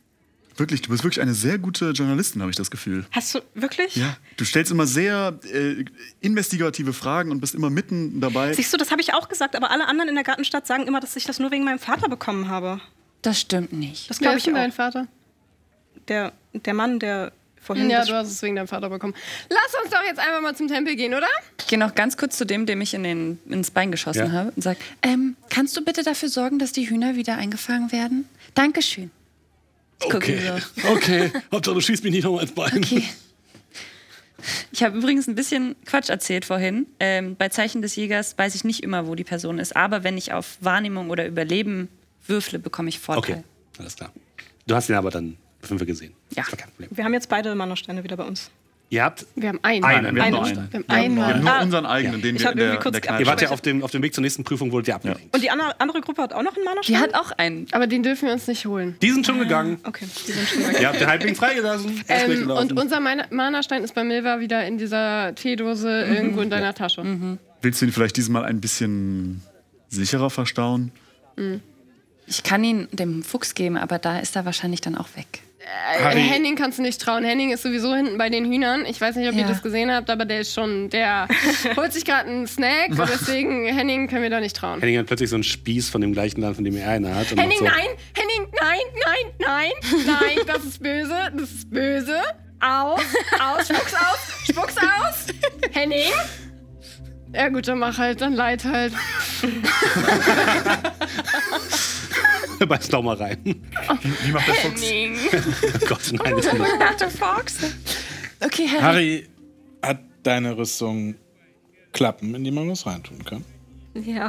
Wirklich, du bist wirklich eine sehr gute Journalistin, habe ich das Gefühl. Hast du wirklich? Ja, du stellst immer sehr äh, investigative Fragen und bist immer mitten dabei. Siehst du, das habe ich auch gesagt, aber alle anderen in der Gartenstadt sagen immer, dass ich das nur wegen meinem Vater bekommen habe. Das stimmt nicht. Das glaube ist ich denn auch. dein Vater? Der, der Mann, der vorhin. Ja, das- du hast es wegen deinem Vater bekommen. Lass uns doch jetzt einfach mal zum Tempel gehen, oder? Ich gehe noch ganz kurz zu dem, dem ich in den, ins Bein geschossen Ja. habe und sage, ähm, kannst du bitte dafür sorgen, dass die Hühner wieder eingefangen werden? Dankeschön. Ich gucke ihn Okay. so. Okay. Hauptsache, du schießt mich nicht nochmal ins Bein. Okay. Ich habe übrigens ein bisschen Quatsch erzählt vorhin. Ähm, bei Zeichen des Jägers weiß ich nicht immer, wo die Person ist. Aber wenn ich auf Wahrnehmung oder Überleben würfle, bekomme ich Vorteil. Okay, alles klar. Du hast ihn aber dann fünf gesehen. Ja. Das war kein Problem. Wir haben jetzt beide Mannersteine wieder bei uns. Ihr habt. Wir haben einen. Einen. wir haben nur Einen. einen. Wir Wir haben haben einen nur- wir haben Mann. nur Ah. unseren eigenen, den Ich wir hab in der, irgendwie in kurz der gedacht, Ihr wart Kneipe ja auf dem, auf dem Weg zur nächsten Prüfung, wurdet ihr abgelenkt. Und die andere, andere Gruppe hat auch noch einen mana Die hat auch einen. Aber den dürfen wir uns nicht holen. Die sind schon Ah, gegangen. Okay, die sind schon weg. Ihr habt den Halbling freigelassen. Er ist Ähm, weggelaufen. und unser Mana- Mana-Stein ist bei Milva wieder in dieser Teedose Mhm. irgendwo in deiner Tasche. Willst du ihn vielleicht diesmal ein bisschen sicherer verstauen? Ich kann ihn dem Fuchs geben, aber da ist er wahrscheinlich dann auch weg. Äh, Henning kannst du nicht trauen. Henning ist sowieso hinten bei den Hühnern. Ich weiß nicht, ob Ja. ihr das gesehen habt, aber der ist schon, der holt sich gerade einen Snack und deswegen Henning können wir da nicht trauen. Henning hat plötzlich so einen Spieß von dem gleichen Land, von dem er einer hat. und macht Henning, so, nein! Henning, nein, nein, nein, nein, das ist böse, das ist böse. Aus, aus, spuck's aus, spuck's aus! Henning! Ja gut, dann mach halt, dann leid halt. Beiß doch mal rein. Wie macht der Fuchs? Henning! Oh Gott, nein, das ist nicht. Dr. Fox? Okay, Harry. Harry hat deine Rüstung Klappen, in die man was reintun kann. Ja.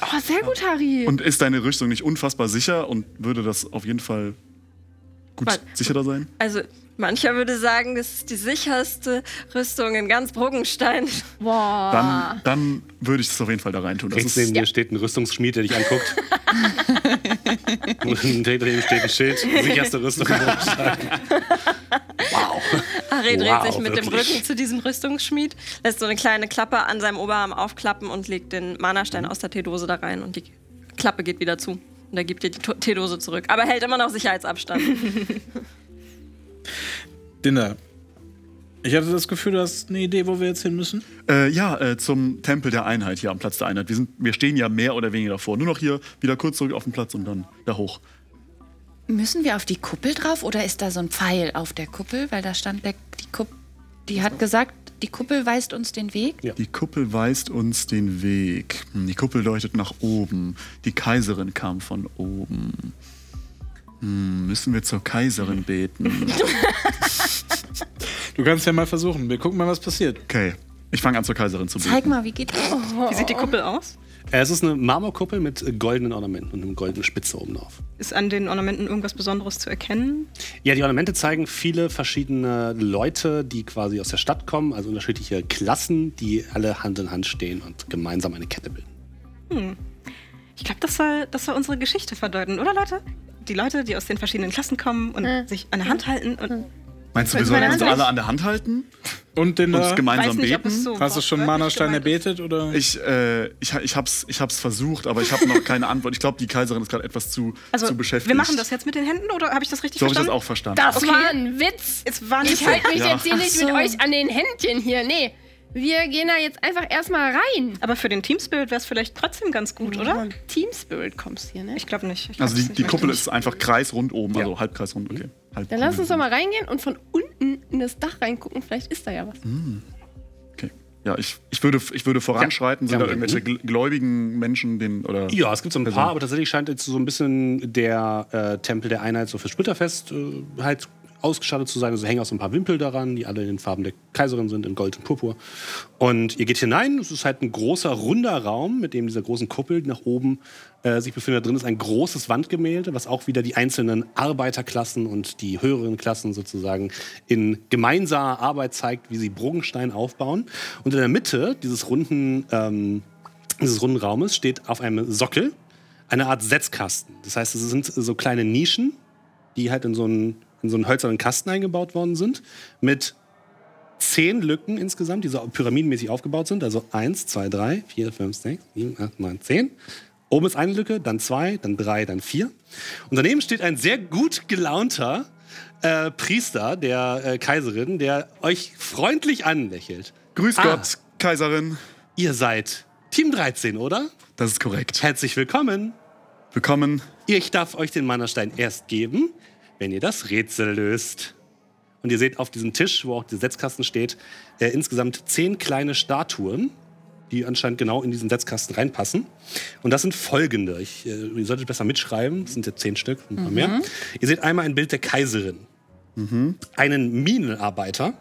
Oh, sehr gut, Harry! Und ist deine Rüstung nicht unfassbar sicher und würde das auf jeden Fall gut Weil- sicherer sein? Also, mancher würde sagen, das ist die sicherste Rüstung in ganz Bruggenstein. Ah. Boah. Dann, dann würde ich das auf jeden Fall da reintun. Das Rechts ist, neben dir steht ein Rüstungsschmied, der dich anguckt. Und hinter ihm steht ein Schild. Sicherste Rüstung. im Rucksack. Harry Ah, dreht Wow, sich mit dem wirklich? Rücken zu diesem Rüstungsschmied, lässt so eine kleine Klappe an seinem Oberarm aufklappen und legt den Mana-Stein Mhm. aus der Teedose da rein und die Klappe geht wieder zu. Und er gibt dir die To- Teedose zurück. Aber hält immer noch Sicherheitsabstand. Dinner. Ich hatte das Gefühl, du hast eine Idee, wo wir jetzt hin müssen. äh, ja, äh, zum Tempel der Einheit hier am Platz der Einheit. Wir, sind, wir stehen ja mehr oder weniger davor. Nur noch hier wieder kurz zurück auf den Platz und dann da hoch. Müssen wir auf die Kuppel drauf oder ist da so ein Pfeil auf der Kuppel? Weil da stand der, die Kuppel, die hat gesagt, die Kuppel weist uns den Weg. Die Kuppel weist uns den Weg. Hm, Die Kuppel leuchtet nach oben. Die Kaiserin kam von oben. Hm, müssen wir zur Mhm. Kaiserin beten? Du kannst ja mal versuchen. Wir gucken mal, was passiert. Okay, ich fange an zur Kaiserin zu beten. Zeig mal, wie geht das? Oh, Wie sieht die Kuppel aus? Äh, es ist eine Marmorkuppel mit goldenen Ornamenten und einem goldenen Spitze oben drauf. Ist an den Ornamenten irgendwas Besonderes zu erkennen? Ja, die Ornamente zeigen viele verschiedene Leute, die quasi aus der Stadt kommen, also unterschiedliche Klassen, die alle Hand in Hand stehen und gemeinsam eine Kette bilden. Ich glaube, das soll, das soll unsere Geschichte verdeuten, oder Leute? Die Leute, die aus den verschiedenen Klassen kommen und sich an der Hand halten und Meinst du, wir sollen uns alle an der Hand halten? Und Uns Dinner, gemeinsam weiß nicht, ob beten? es so hast du schon wortwörtlich Mana-Stein gemeint ist. erbetet? Oder? Ich, äh, ich, ha- ich, hab's, ich hab's versucht, aber ich habe noch keine Antwort. Ich glaube, die Kaiserin ist gerade etwas zu, Also, zu beschäftigt. wir machen das jetzt mit den Händen oder habe ich das richtig So habe ich das verstanden? auch verstanden. Das Okay. war ein Witz. Es war nicht Ich halte mich Ja. jetzt hier nicht so. mit euch an den Händchen hier. Nee, wir gehen da jetzt einfach erstmal rein. Aber für den Teamspirit wäre es vielleicht trotzdem ganz gut, oder? Team Spirit kommst hier, ne? Ich glaube nicht. Ich glaub, Also die, das- ich die möchte Kuppel nicht. Mhm. ist einfach kreisrund oben, also halbkreisrund, okay. Halb Dann lass uns doch mal reingehen und von unten in das Dach reingucken. Vielleicht ist da ja was. Okay. Ja, ich, ich, würde, ich würde voranschreiten, sind Ja. da irgendwelche Mhm. gl- gläubigen Menschen, den oder. Ja, es gibt so ein Person. paar, aber tatsächlich scheint jetzt so ein bisschen der äh, Tempel der Einheit so fürs Splitterfest äh, halt ausgestattet zu sein. Also hängen auch so ein paar Wimpel daran, die alle in den Farben der Kaiserin sind, in Gold und Purpur. Und ihr geht hinein, es ist halt ein großer, runder Raum, mit dem dieser großen Kuppel die nach oben äh, sich befindet. Da drin ist ein großes Wandgemälde, was auch wieder die einzelnen Arbeiterklassen und die höheren Klassen sozusagen in gemeinsamer Arbeit zeigt, wie sie Bruggenstein aufbauen. Und in der Mitte dieses runden ähm, dieses runden Raumes steht auf einem Sockel eine Art Setzkasten. Das heißt, es sind so kleine Nischen, die halt in so einen, in so einen hölzernen Kasten eingebaut worden sind, mit zehn Lücken insgesamt, die so pyramidenmäßig aufgebaut sind. Also eins, zwei, drei, vier, fünf, sechs, sieben, acht, neun, zehn. Oben ist eine Lücke, dann zwei, dann drei, dann vier. Und daneben steht ein sehr gut gelaunter äh, Priester der äh, Kaiserin, der euch freundlich anlächelt. Grüß Ah. Gott, Kaiserin. Ihr seid Team 13, oder? Das ist korrekt. Herzlich willkommen. Willkommen. Ich darf euch den Mannerstein erst geben, wenn ihr das Rätsel löst. Und ihr seht auf diesem Tisch, wo auch der Setzkasten steht, äh, insgesamt zehn kleine Statuen, die anscheinend genau in diesen Setzkasten reinpassen. Und das sind folgende. Ich, äh, ihr solltet besser mitschreiben. Das sind jetzt zehn Stück, ein paar mehr. Ihr seht einmal ein Bild der Kaiserin, einen Minenarbeiter,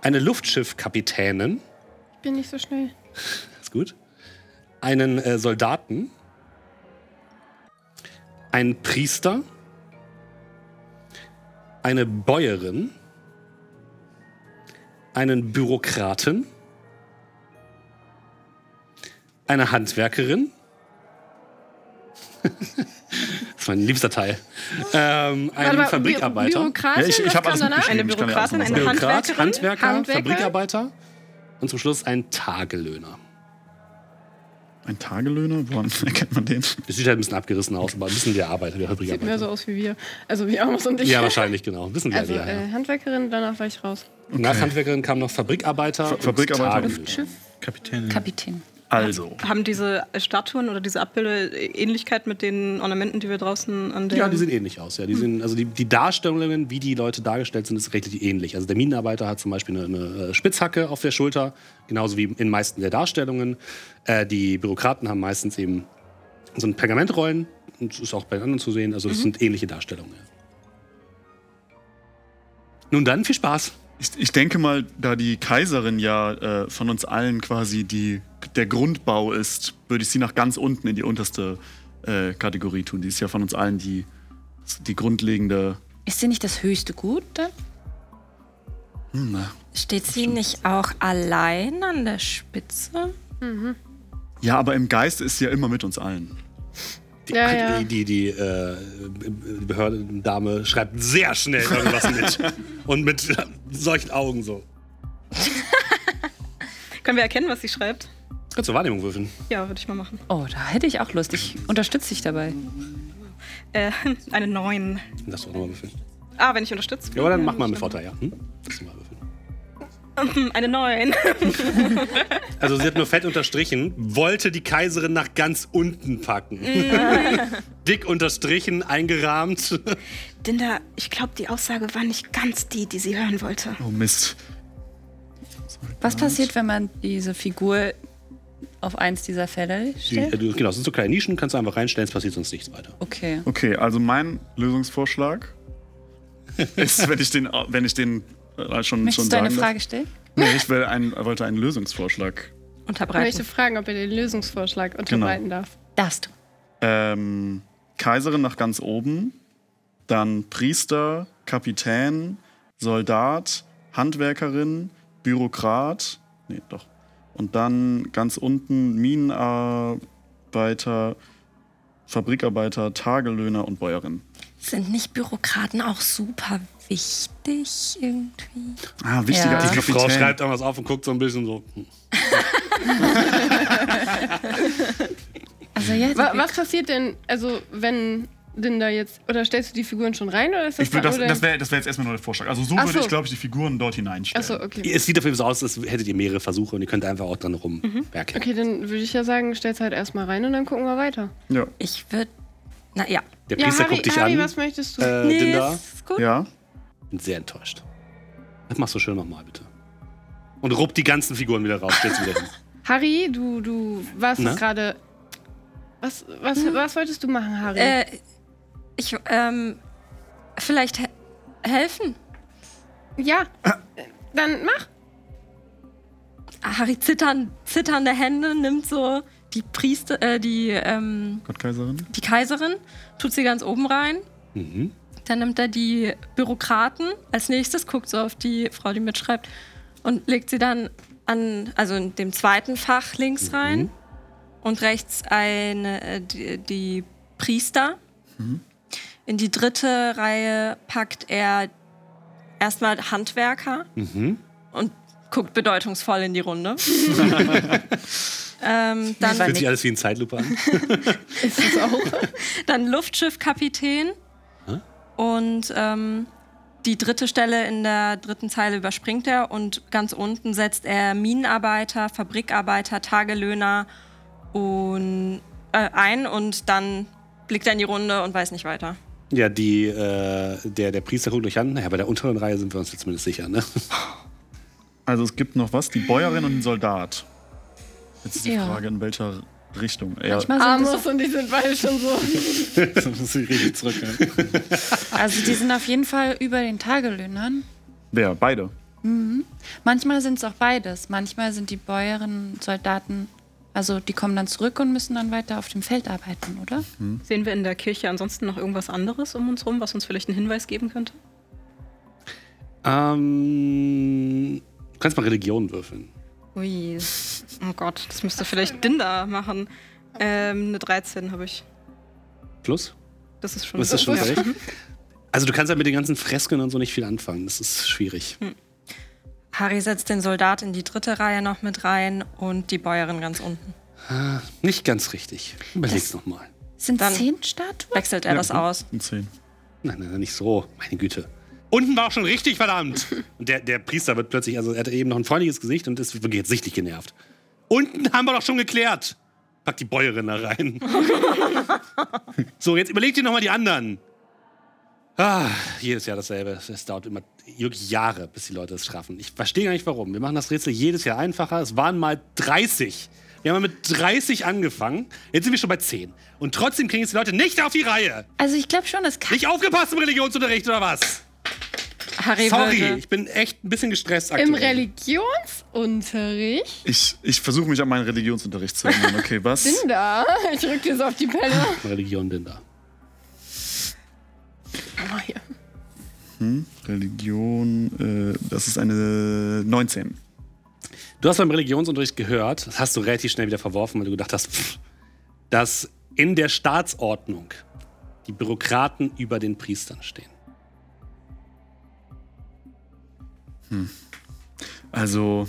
eine Luftschiffkapitänin, Ich bin nicht so schnell. ist gut. Einen äh, Soldaten. Einen Priester. Eine Bäuerin. einen Bürokraten, eine Handwerkerin. das ist mein liebster Teil. Ähm, einen Warte mal, Bü- Fabrikarbeiter. Bürokratin, Ja, ich- ich was hab kam alles danach? mitgeschrieben. Eine Ich kann mir Bürokratin, aussuchen, eine was- Bürokrat, Handwerkerin. Handwerker, Handwerker. Fabrikarbeiter und zum Schluss ein Tagelöhner. Ein Tagelöhner? Woran erkennt man den? Das sieht halt ein bisschen abgerissen aus, aber ein bisschen der Arbeiter, der Sieht mehr Fabrikarbeiter. so aus wie wir. Also wie Amos und ich. Ja, wahrscheinlich, genau. Ein bisschen Also der, ja. ja. äh, Handwerkerin, danach war ich raus. Nach Handwerkerin kamen noch Fabrikarbeiter. und Fabrikarbeiter. Tagelöhner. Kapitän. Kapitän. Also. Haben diese Statuen oder diese Abbilder Ähnlichkeit mit den Ornamenten, die wir draußen an der. Ja, die sehen ähnlich aus. Ja. Die Hm. sehen, also die, die Darstellungen, wie die Leute dargestellt sind, ist rechtlich ähnlich. Also der Minenarbeiter hat zum Beispiel eine, eine äh, Spitzhacke auf der Schulter, genauso wie in meisten der Darstellungen. Äh, die Bürokraten haben meistens eben so ein Pergamentrollen und das ist auch bei den anderen zu sehen. Also das Mhm. sind ähnliche Darstellungen. Ja. Nun dann, viel Spaß. Ich, ich denke mal, da die Kaiserin ja äh, von uns allen quasi die, der Grundbau ist, würde ich sie nach ganz unten in die unterste äh, Kategorie tun. Die ist ja von uns allen die, die grundlegende. Ist sie nicht das höchste Gut dann? Hm, na. Steht sie nicht auch allein an der Spitze? ja, aber im Geist ist sie ja immer mit uns allen. Die, Ja, ja. die, die, die äh, Behördendame schreibt sehr schnell irgendwas mit. Und mit solchen Augen so. Können wir erkennen, was sie schreibt? Kannst du Wahrnehmung würfeln? Ja, würde ich mal machen. Oh, da hätte ich auch Lust. Ich unterstütze dich dabei. Äh, eine 9. Lass doch nochmal würfeln. Ah, wenn ich unterstütze. Ja, aber dann mach mal mit Vorteil, ja. Hm? Lass mal würfeln. Hm, Eine 9. Also sie hat nur fett unterstrichen, wollte die Kaiserin nach ganz unten packen. Dick unterstrichen, eingerahmt. Dinda, ich glaube, die Aussage war nicht ganz die, die sie hören wollte. Oh Mist. Was passiert, wenn man diese Figur auf eins dieser Fälle Die, äh, stellt? du- genau, es sind so kleine Nischen, kannst du einfach reinstellen, es passiert sonst nichts weiter. Okay. Okay, also mein Lösungsvorschlag ist, wenn ich den, wenn ich den äh, schon, schon Möchtest du sagen eine Frage stellen? Darf. Nee, ich will einen, wollte einen Lösungsvorschlag. Ich Unterbreiten. möchte fragen, ob er den Lösungsvorschlag unterbreiten darf. Darfst du. Ähm, Kaiserin nach ganz oben, dann Priester, Kapitän, Soldat, Handwerkerin, Bürokrat, nee, doch. Und dann ganz unten Minenarbeiter, Fabrikarbeiter, Tagelöhner und Bäuerin. Sind nicht Bürokraten auch super wichtig irgendwie? Ah, wichtiger Ja. als Die Frau Kapitän. schreibt irgendwas auf und guckt so ein bisschen so. hm. Also jetzt. Wa was passiert denn, also wenn Dinda jetzt, oder stellst du die Figuren schon rein? Oder ist das Ich würd, das oder? das wäre das wär jetzt erstmal nur der Vorschlag. Also so Ach würde so. ich, glaube ich, die Figuren dort hineinstellen. Achso, okay. Es sieht auf jeden Fall so aus, als hättet ihr mehrere Versuche und ihr könnt einfach auch dran rumwerken. Mhm. Okay, dann würde ich ja sagen, stell's halt erstmal rein und dann gucken wir weiter. Ja. Ich würde. Na ja. Der Priester ja, Harry, guckt dich Harry, an. was möchtest du? äh, Dinda, ist gut. ja. bin sehr enttäuscht. Das machst du schön nochmal, bitte. Und ruppt die ganzen Figuren wieder raus. Jetzt wieder hin. Harry, du, du warst Na? gerade. Was, was, was wolltest du machen, Harry? Mhm. Äh, ich, ähm, vielleicht he helfen. ja. Ah. Dann mach. Ah, Harry zittern, zitternde Hände nimmt so die Priester, äh, die, ähm, Gottkaiserin. die Kaiserin, tut sie ganz oben rein. Mhm. Dann nimmt er die Bürokraten als nächstes, guckt so auf die Frau, die mitschreibt, und legt sie dann an, also in dem zweiten Fach Mhm. links rein und rechts eine, äh, die, die Priester. In die dritte Reihe packt er erstmal Handwerker Mhm. und guckt bedeutungsvoll in die Runde. ähm, dann, Fühlt sich alles wie ein Zeitlupe an. dann Luftschiffkapitän und ähm, die dritte Stelle in der dritten Zeile überspringt er und ganz unten setzt er Minenarbeiter, Fabrikarbeiter, Tagelöhner und, äh, ein und dann blickt er in die Runde und weiß nicht weiter. Ja, die, äh, der, der Priester guckt euch an. Naja, bei der unteren Reihe sind wir uns jetzt zumindest sicher, ne? Also es gibt noch was, die Bäuerin und den Soldat. Jetzt ist die Ja. Frage, in welcher Richtung. Ja, Manchmal sind das, Amos und ich sind beide schon so. also die sind auf jeden Fall über den Tagelöhnern. wer? Beide. Manchmal sind es auch beides. Manchmal sind die Bäuerinnen und Soldaten, also die kommen dann zurück und müssen dann weiter auf dem Feld arbeiten, oder? Sehen wir in der Kirche ansonsten noch irgendwas anderes um uns rum, was uns vielleicht einen Hinweis geben könnte? Ähm, kannst mal Religion würfeln. Ui. Oh Gott, das müsste vielleicht Dinda machen. Ähm, eine 13 habe ich. Plus? Das ist schon. Das ist schon recht. Also du kannst halt mit den ganzen Fresken und so nicht viel anfangen. Das ist schwierig. Harry setzt den Soldat in die dritte Reihe noch mit rein und die Bäuerin ganz unten. Ah, nicht ganz richtig. Überleg's nochmal. Sind Dann- zehn Statuen? Wechselt er das aus. Ein 10. Nein, nein, nein, nicht so. Meine Güte. Unten war auch schon richtig, verdammt. Und der, der Priester wird plötzlich, also er hatte eben noch ein freundliches Gesicht und ist wirklich jetzt sichtlich genervt. Unten haben wir doch schon geklärt. Pack die Bäuerin da rein. so, jetzt überlegt ihr nochmal die anderen. Ah, jedes Jahr dasselbe. Es dauert immer wirklich Jahre, bis die Leute es schaffen. Ich verstehe gar nicht warum. Wir machen das Rätsel jedes Jahr einfacher. Es waren mal 30. Wir haben mal mit 30 angefangen. Jetzt sind wir schon bei 10. Und trotzdem kriegen es die Leute nicht auf die Reihe. Also ich glaube schon, das kann. Nicht aufgepasst im Religionsunterricht oder was? Harry Sorry, würde. ich bin echt ein bisschen gestresst aktuell. Im Religionsunterricht? Ich, ich versuche mich an meinen Religionsunterricht zu erinnern. Okay, was? Da, ich rück dir so auf die Pelle. Religion bin da. Oh, hier. Religion, äh, das ist eine 19. Du hast beim Religionsunterricht gehört, das hast du relativ schnell wieder verworfen, weil du gedacht hast, pff, dass in der Staatsordnung die Bürokraten über den Priestern stehen. Also,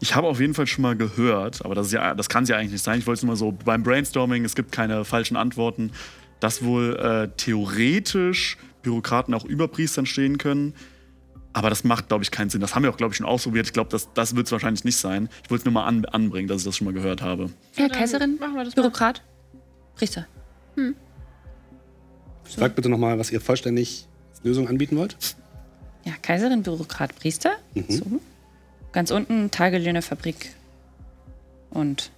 ich habe auf jeden Fall schon mal gehört, aber das, ist ja, das kann es ja eigentlich nicht sein. Ich wollte es nur mal so beim Brainstorming, es gibt keine falschen Antworten, dass wohl äh, theoretisch Bürokraten auch über Priestern stehen können. Aber das macht, glaube ich, keinen Sinn. Das haben wir auch, glaube ich, schon ausprobiert. Ich glaube, das, das wird es wahrscheinlich nicht sein. Ich wollte es nur mal an, anbringen, dass ich das schon mal gehört habe. Ja, Kaiserin, Machen wir das mal. Bürokrat, Priester. Sagt bitte nochmal, was ihr vollständig als Lösung anbieten wollt. Ja, Kaiserin, Bürokrat, Priester. Mhm. So. Ganz unten Tagelöhne, Fabrik. Und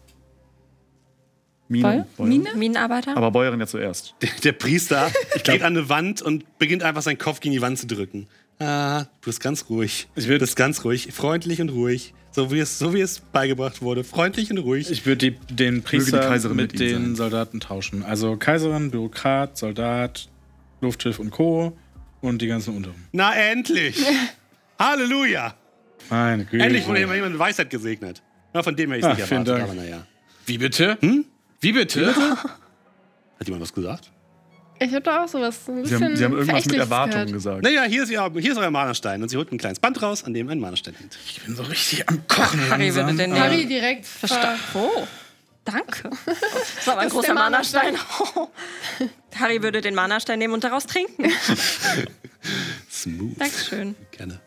Mine, Bäu- Bäuerin. Mine? Minenarbeiter? Aber Bäuerin ja zuerst. Der, der Priester geht an eine Wand und beginnt einfach seinen Kopf gegen die Wand zu drücken. Ah, du bist ganz ruhig. Ich würd- du bist ganz ruhig, freundlich und ruhig. So wie es, so wie es beigebracht wurde. Freundlich und ruhig. Ich würde die- den Priester die Kaiserin mit, mit ihm den sein. Soldaten tauschen. Also Kaiserin, Bürokrat, Soldat, Luftschiff und Co. Und die ganzen unteren. Na endlich! Halleluja! Meine Güte. Endlich wurde mal jemand mit Weisheit gesegnet. Na, von dem hätte ich Ah, es nicht vielen erwartet, Dank. aber naja. Wie bitte? Hm? Wie bitte? Hat jemand was gesagt? Ich hab da auch sowas. Ein Sie bisschen haben, sie haben irgendwas mit Verächtliches Erwartungen gehört. gesagt. Naja, hier ist, ihr, hier ist euer Malerstein. Und sie holt ein kleines Band raus, an dem ein Malerstein hängt. Ich bin so richtig am Kochen. Harry langsam. würde den Aber- Harry direkt. ver- Oh, danke. Das war aber ein ist der großer Mana-Stein. Harry würde den Mana-Stein nehmen und daraus trinken. Smooth. Dankeschön. Gerne.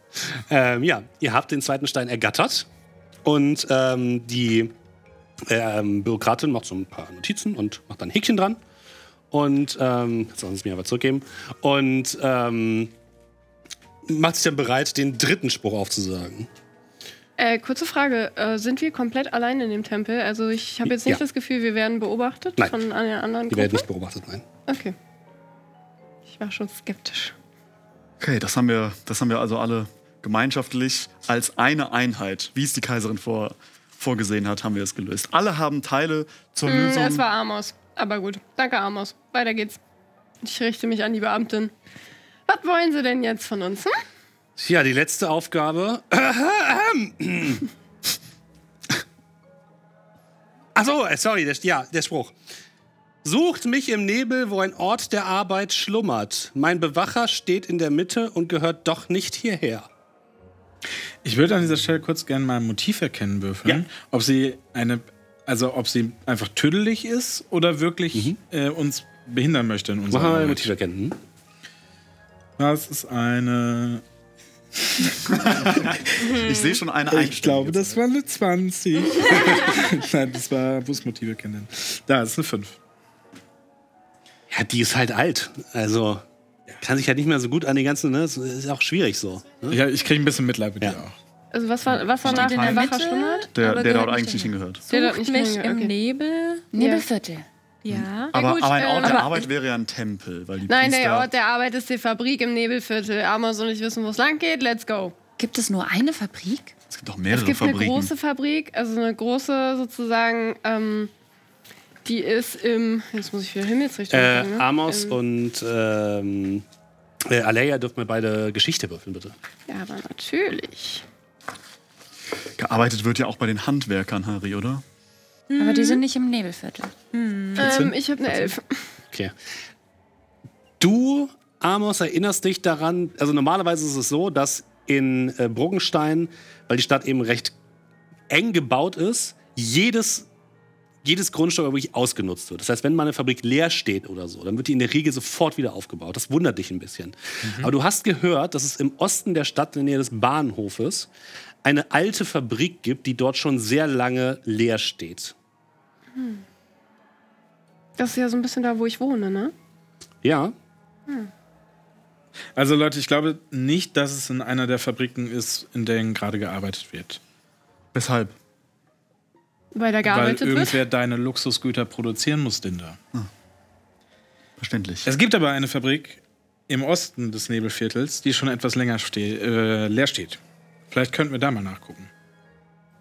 Ähm, ja, ihr habt den zweiten Stein ergattert. Und ähm, die ähm, Bürokratin macht so ein paar Notizen und macht dann ein Häkchen dran. Und ähm, jetzt sollen sie es mir aber zurückgeben. Und ähm, macht sich dann bereit, den dritten Spruch aufzusagen. Äh, kurze Frage. Äh, sind wir komplett allein in dem Tempel? Also, ich habe jetzt nicht Ja. das Gefühl, wir werden beobachtet Nein. von einer anderen Ihr Gruppe. werdet nicht beobachtet, nein. Okay. Ich war schon skeptisch. Okay, das haben wir, das haben wir also alle gemeinschaftlich als eine Einheit, wie es die Kaiserin vor, vorgesehen hat, haben wir es gelöst. Alle haben Teile zur Hm, Lösung. es war Amos. Aber gut. Danke, Amos. Weiter geht's. Ich richte mich an die Beamtin. Was wollen Sie denn jetzt von uns? Hm? Ja, die letzte Aufgabe. Achso, äh, sorry, der, ja, der Spruch. Sucht mich im Nebel, wo ein Ort der Arbeit schlummert. Mein Bewacher steht in der Mitte und gehört doch nicht hierher. Ich würde an dieser Stelle kurz gerne mal ein Motiv erkennen würfeln. Ja. Ob sie eine, also ob sie einfach tüdelig ist oder wirklich Mhm. äh, uns behindern möchte in unserer Arbeit. erkennen. Das ist eine. ich sehe schon eine Ich glaube, das war eine 20. Nein, das war Busmotive kennen. Da das ist eine 5. Ja, die ist halt alt. Also kann sich halt nicht mehr so gut an den ganzen. Ne? Es ist auch schwierig so. Ne? Ja, ich kriege ein bisschen Mitleid mit Ja. dir auch. Also, was war, was war nach in der der Wache Mitte? schlummert? Der, aber der dort gehört eigentlich nicht hingehört. Der Sucht mich im okay. Nebel. Nebelviertel. Ja. Aber, gut, aber ein äh, Ort der aber- Arbeit wäre ja ein Tempel, weil die Nein, Priester, der Ort der Arbeit ist die Fabrik im Nebelviertel. Amos und ich wissen, wo es lang geht. Let's go. Gibt es nur eine Fabrik? es gibt auch Es Also mehrere gibt eine Fabriken. große Fabrik, also eine große sozusagen, ähm, die ist im. Jetzt muss ich wieder Himmelsrichtung. Äh, gucken, ne? Amos Ähm, und ähm, äh, Aleia dürfen wir beide Geschichte würfeln, bitte. Ja, aber natürlich. Gearbeitet wird ja auch bei den Handwerkern, Harry, oder? Mhm. Aber die sind nicht im Nebelviertel. Hm. Ähm, ich habe eine Elf. Okay. Du, Amos, erinnerst dich daran, also normalerweise ist es so, dass in äh, Bruggenstein, weil die Stadt eben recht eng gebaut ist, jedes, jedes Grundstück aber wirklich ausgenutzt wird. Das heißt, wenn mal eine Fabrik leer steht oder so, dann wird die in der Regel sofort wieder aufgebaut. Das wundert dich ein bisschen. Mhm. Aber du hast gehört, dass es im Osten der Stadt, in der Nähe des Bahnhofes, eine alte Fabrik gibt, die dort schon sehr lange leer steht. Das ist ja so ein bisschen da, wo ich wohne, ne? Ja, Also Leute, ich glaube nicht, dass es in einer der Fabriken ist, in denen gerade gearbeitet wird. Weshalb? Weil da gearbeitet weil wird. irgendwer deine Luxusgüter produzieren muss, Dinda. Verständlich. Es gibt aber eine Fabrik im Osten des Nebelviertels, die schon etwas länger ste äh, leer steht. Vielleicht könnten wir da mal nachgucken.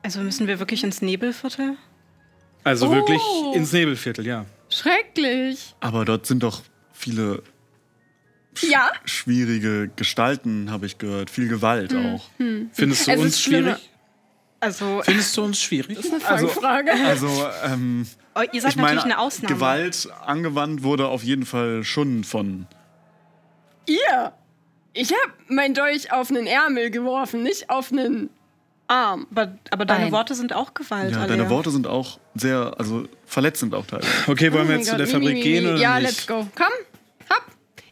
Also müssen wir wirklich ins Nebelviertel? Also Oh. wirklich ins Nebelviertel, ja. Schrecklich. Aber dort sind doch viele Ja. schwierige Gestalten, habe ich gehört. Viel Gewalt Hm. auch. Findest du Es ist uns schwierig? Also, Findest du uns schwierig? Also, Frage. also ähm, oh, ihr seid ich meine, natürlich eine Ausnahme. Gewalt angewandt wurde auf jeden Fall schon von. Ihr! Ich habe mein Dolch auf einen Ärmel geworfen, nicht auf einen Arm. Aber, aber deine Nein. Worte sind auch Gewalt. Ja, Alea. deine Worte sind auch sehr, also verletzend auch teilweise. Okay, wollen wir Oh mein Gott, jetzt zu der mi, Fabrik mi, mi, gehen mi. oder Ja, nicht? let's go. Komm, hopp.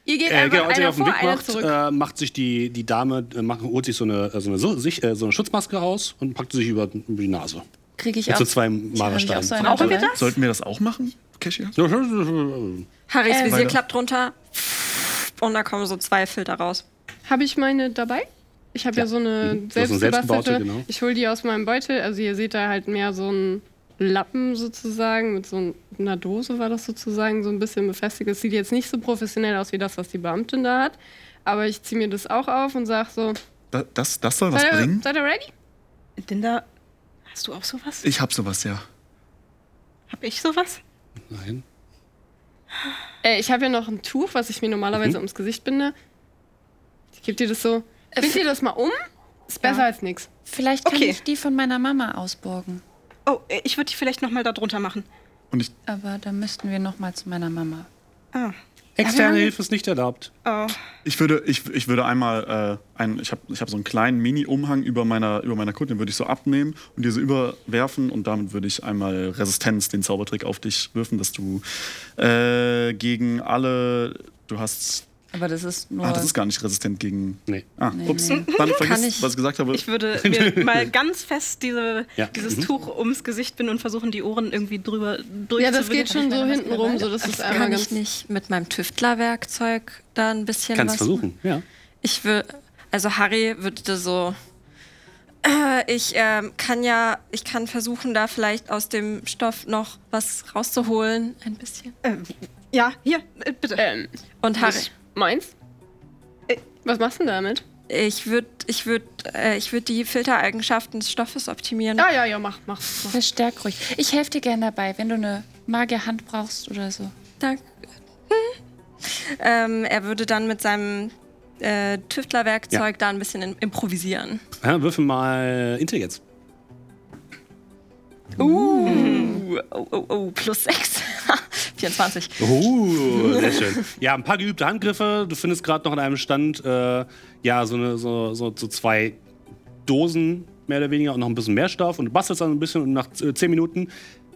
Ihr geht Äh, einfach genau, als ihr einer auf den vor, Weg einer macht, zurück. äh, macht sich die, die Dame, äh, macht, holt sich so eine, so eine, so, sich, äh, so eine Schutzmaske raus und packt sie sich über, über die Nase. Kriege ich Mit auch. Also so zwei ich auch Marersteinen. so eine ne? Brauchen wir Rolle? das? Sollten wir das auch machen, Cashier? Harrys Visier Weiter. klappt runter und da kommen so zwei Filter raus. Habe ich meine dabei? Ich habe ja. so hast eine eine selbstgebaute, selbstgebastelte. genau. Ich hole die aus meinem Beutel. Also ihr seht da halt mehr so einen Lappen sozusagen mit so einer Dose war das sozusagen so ein bisschen befestigt. Es sieht jetzt nicht so professionell aus wie das, was die Beamtin da hat. Aber ich ziehe mir das auch auf und sage so, Da, das, das soll was seid ihr, bringen? seid ihr ready? Dinda, hast du auch sowas? Ich hab sowas, ja. Hab ich sowas? Nein. Äh, ich habe ja noch ein Tuch, was ich mir normalerweise Mhm. ums Gesicht binde. Ich gebe dir das so, bind dir das mal um, ist besser als nichts. Vielleicht kann Okay. ich die von meiner Mama ausborgen. Oh, ich würde die vielleicht nochmal da drunter machen. Und ich, Aber dann müssten wir noch mal zu meiner Mama. Ah. Externe Hilfe ist nicht erlaubt. Oh. ich, würde, ich, ich würde einmal äh, einen, ich habe ich hab so einen kleinen Mini-Umhang über meiner, über meiner Kutte, den würde ich so abnehmen und dir so überwerfen und damit würde ich einmal Resistenz, den Zaubertrick, auf dich wirfen, dass du äh, gegen alle, du hast, Aber das ist nur. ah, das ist gar nicht resistent gegen, Nee. ah, ups, dann vergiss, ich- was ich gesagt habe. Ich würde mir mal ganz fest diese, Ja. dieses Mhm. Tuch ums Gesicht binden und versuchen, die Ohren irgendwie drüber durchzuwickeln. Ja, das geht schon so hinten rum, so das ist einmal Kann ich ganz nicht mit meinem Tüftlerwerkzeug da ein bisschen Kannst was versuchen, ja. Ich will, also Harry würde so, äh, ich ähm, kann ja, ich kann versuchen, da vielleicht aus dem Stoff noch was rauszuholen, ein bisschen. Ja, hier, äh, bitte. Ähm, Und Harry, das meins? Äh, Was machst du denn damit? ich würde, ich würde, äh, ich würde die Filtereigenschaften des Stoffes optimieren. Ja, ja, ja, mach, mach. mach. Verstärk ruhig. Ich helfe dir gerne dabei, wenn du eine Magierhand brauchst oder so. Danke. Hm. Ähm, er würde dann mit seinem äh, Tüftlerwerkzeug da ein bisschen in, improvisieren. ja. Würfel mal Intelligenz. Uh, oh, oh, oh, plus 6. 24. Oh, sehr schön. Ja, ein paar geübte Handgriffe. Du findest gerade noch an einem Stand äh, ja so, eine, so, so, so zwei Dosen mehr oder weniger und noch ein bisschen mehr Stoff und du bastelst dann ein bisschen und nach äh, zehn Minuten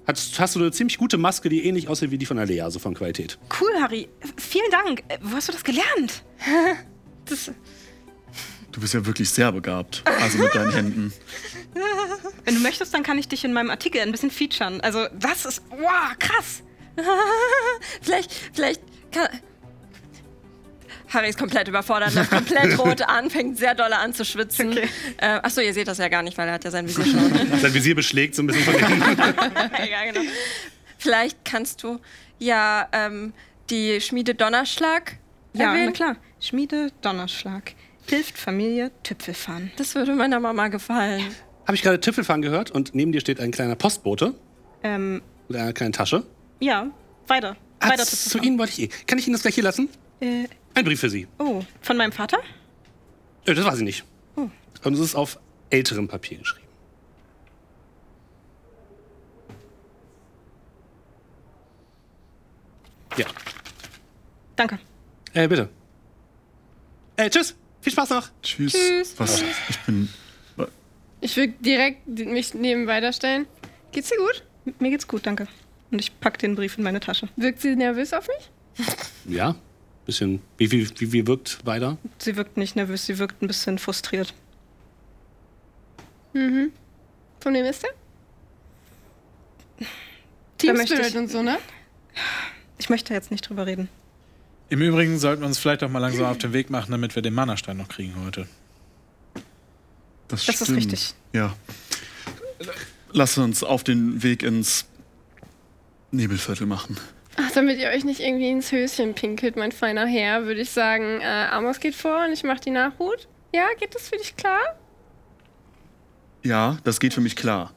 hast, hast du eine ziemlich gute Maske, die ähnlich aussieht wie die von Alea, also von Qualität. Cool, Harry. Vielen Dank. Äh, Wo hast du das gelernt? Du bist ja wirklich sehr begabt, also mit deinen Händen. Wenn du möchtest, dann kann ich dich in meinem Artikel ein bisschen featuren. Also, das ist. Wow, krass. vielleicht, vielleicht kann. Harry ist komplett überfordert, läuft komplett rot an, fängt sehr doll an zu schwitzen. Äh, achso, ihr seht das ja gar nicht, weil er hat ja sein Visier schon. Sein Visier beschlägt so ein bisschen von hinten. ja, genau. Vielleicht kannst du ja ähm, die Schmiede Donnerschlag Ja, erwähnen. na klar. Schmiede Donnerschlag. Hilft Familie Tüpfelfahren. Das würde meiner Mama gefallen. Habe ich gerade Tüffelfang gehört und neben dir steht ein kleiner Postbote Ähm, mit einer kleinen Tasche. ja, weiter. Ah, Weiter zu Tüpfelfahren. Ihnen wollte ich eh. Kann ich Ihnen das gleich hier lassen? Äh, Ein Brief für Sie. oh, von meinem Vater? Hm. Äh, Das weiß ich nicht. Und es ist auf älterem Papier geschrieben. Ja. Danke. Äh, bitte. Äh, tschüss. Viel Spaß noch. Tschüss. Was? Ich bin. Ich will direkt mich nebenbei da stellen. Geht's dir gut? M- Mir geht's gut, danke. Und ich pack den Brief in meine Tasche. Wirkt sie nervös auf mich? Ja. Bisschen. Wie, wie, wie, wie wirkt weiter? Sie wirkt nicht nervös, sie wirkt ein bisschen frustriert. Von wem ist der? Da Team möchte Spirit ich, und so, ne? ich möchte jetzt nicht drüber reden. Im Übrigen sollten wir uns vielleicht auch mal langsam auf den Weg machen, damit wir den Mana-Stein noch kriegen heute. Das, Das ist stimmt. richtig. Ja. Lass uns auf den Weg ins Nebelviertel machen. Ach, damit ihr euch nicht irgendwie ins Höschen pinkelt, mein feiner Herr, würde ich sagen, äh, Amos geht vor und ich mache die Nachhut. Ja, geht das für dich klar? Ja, das geht für mich klar.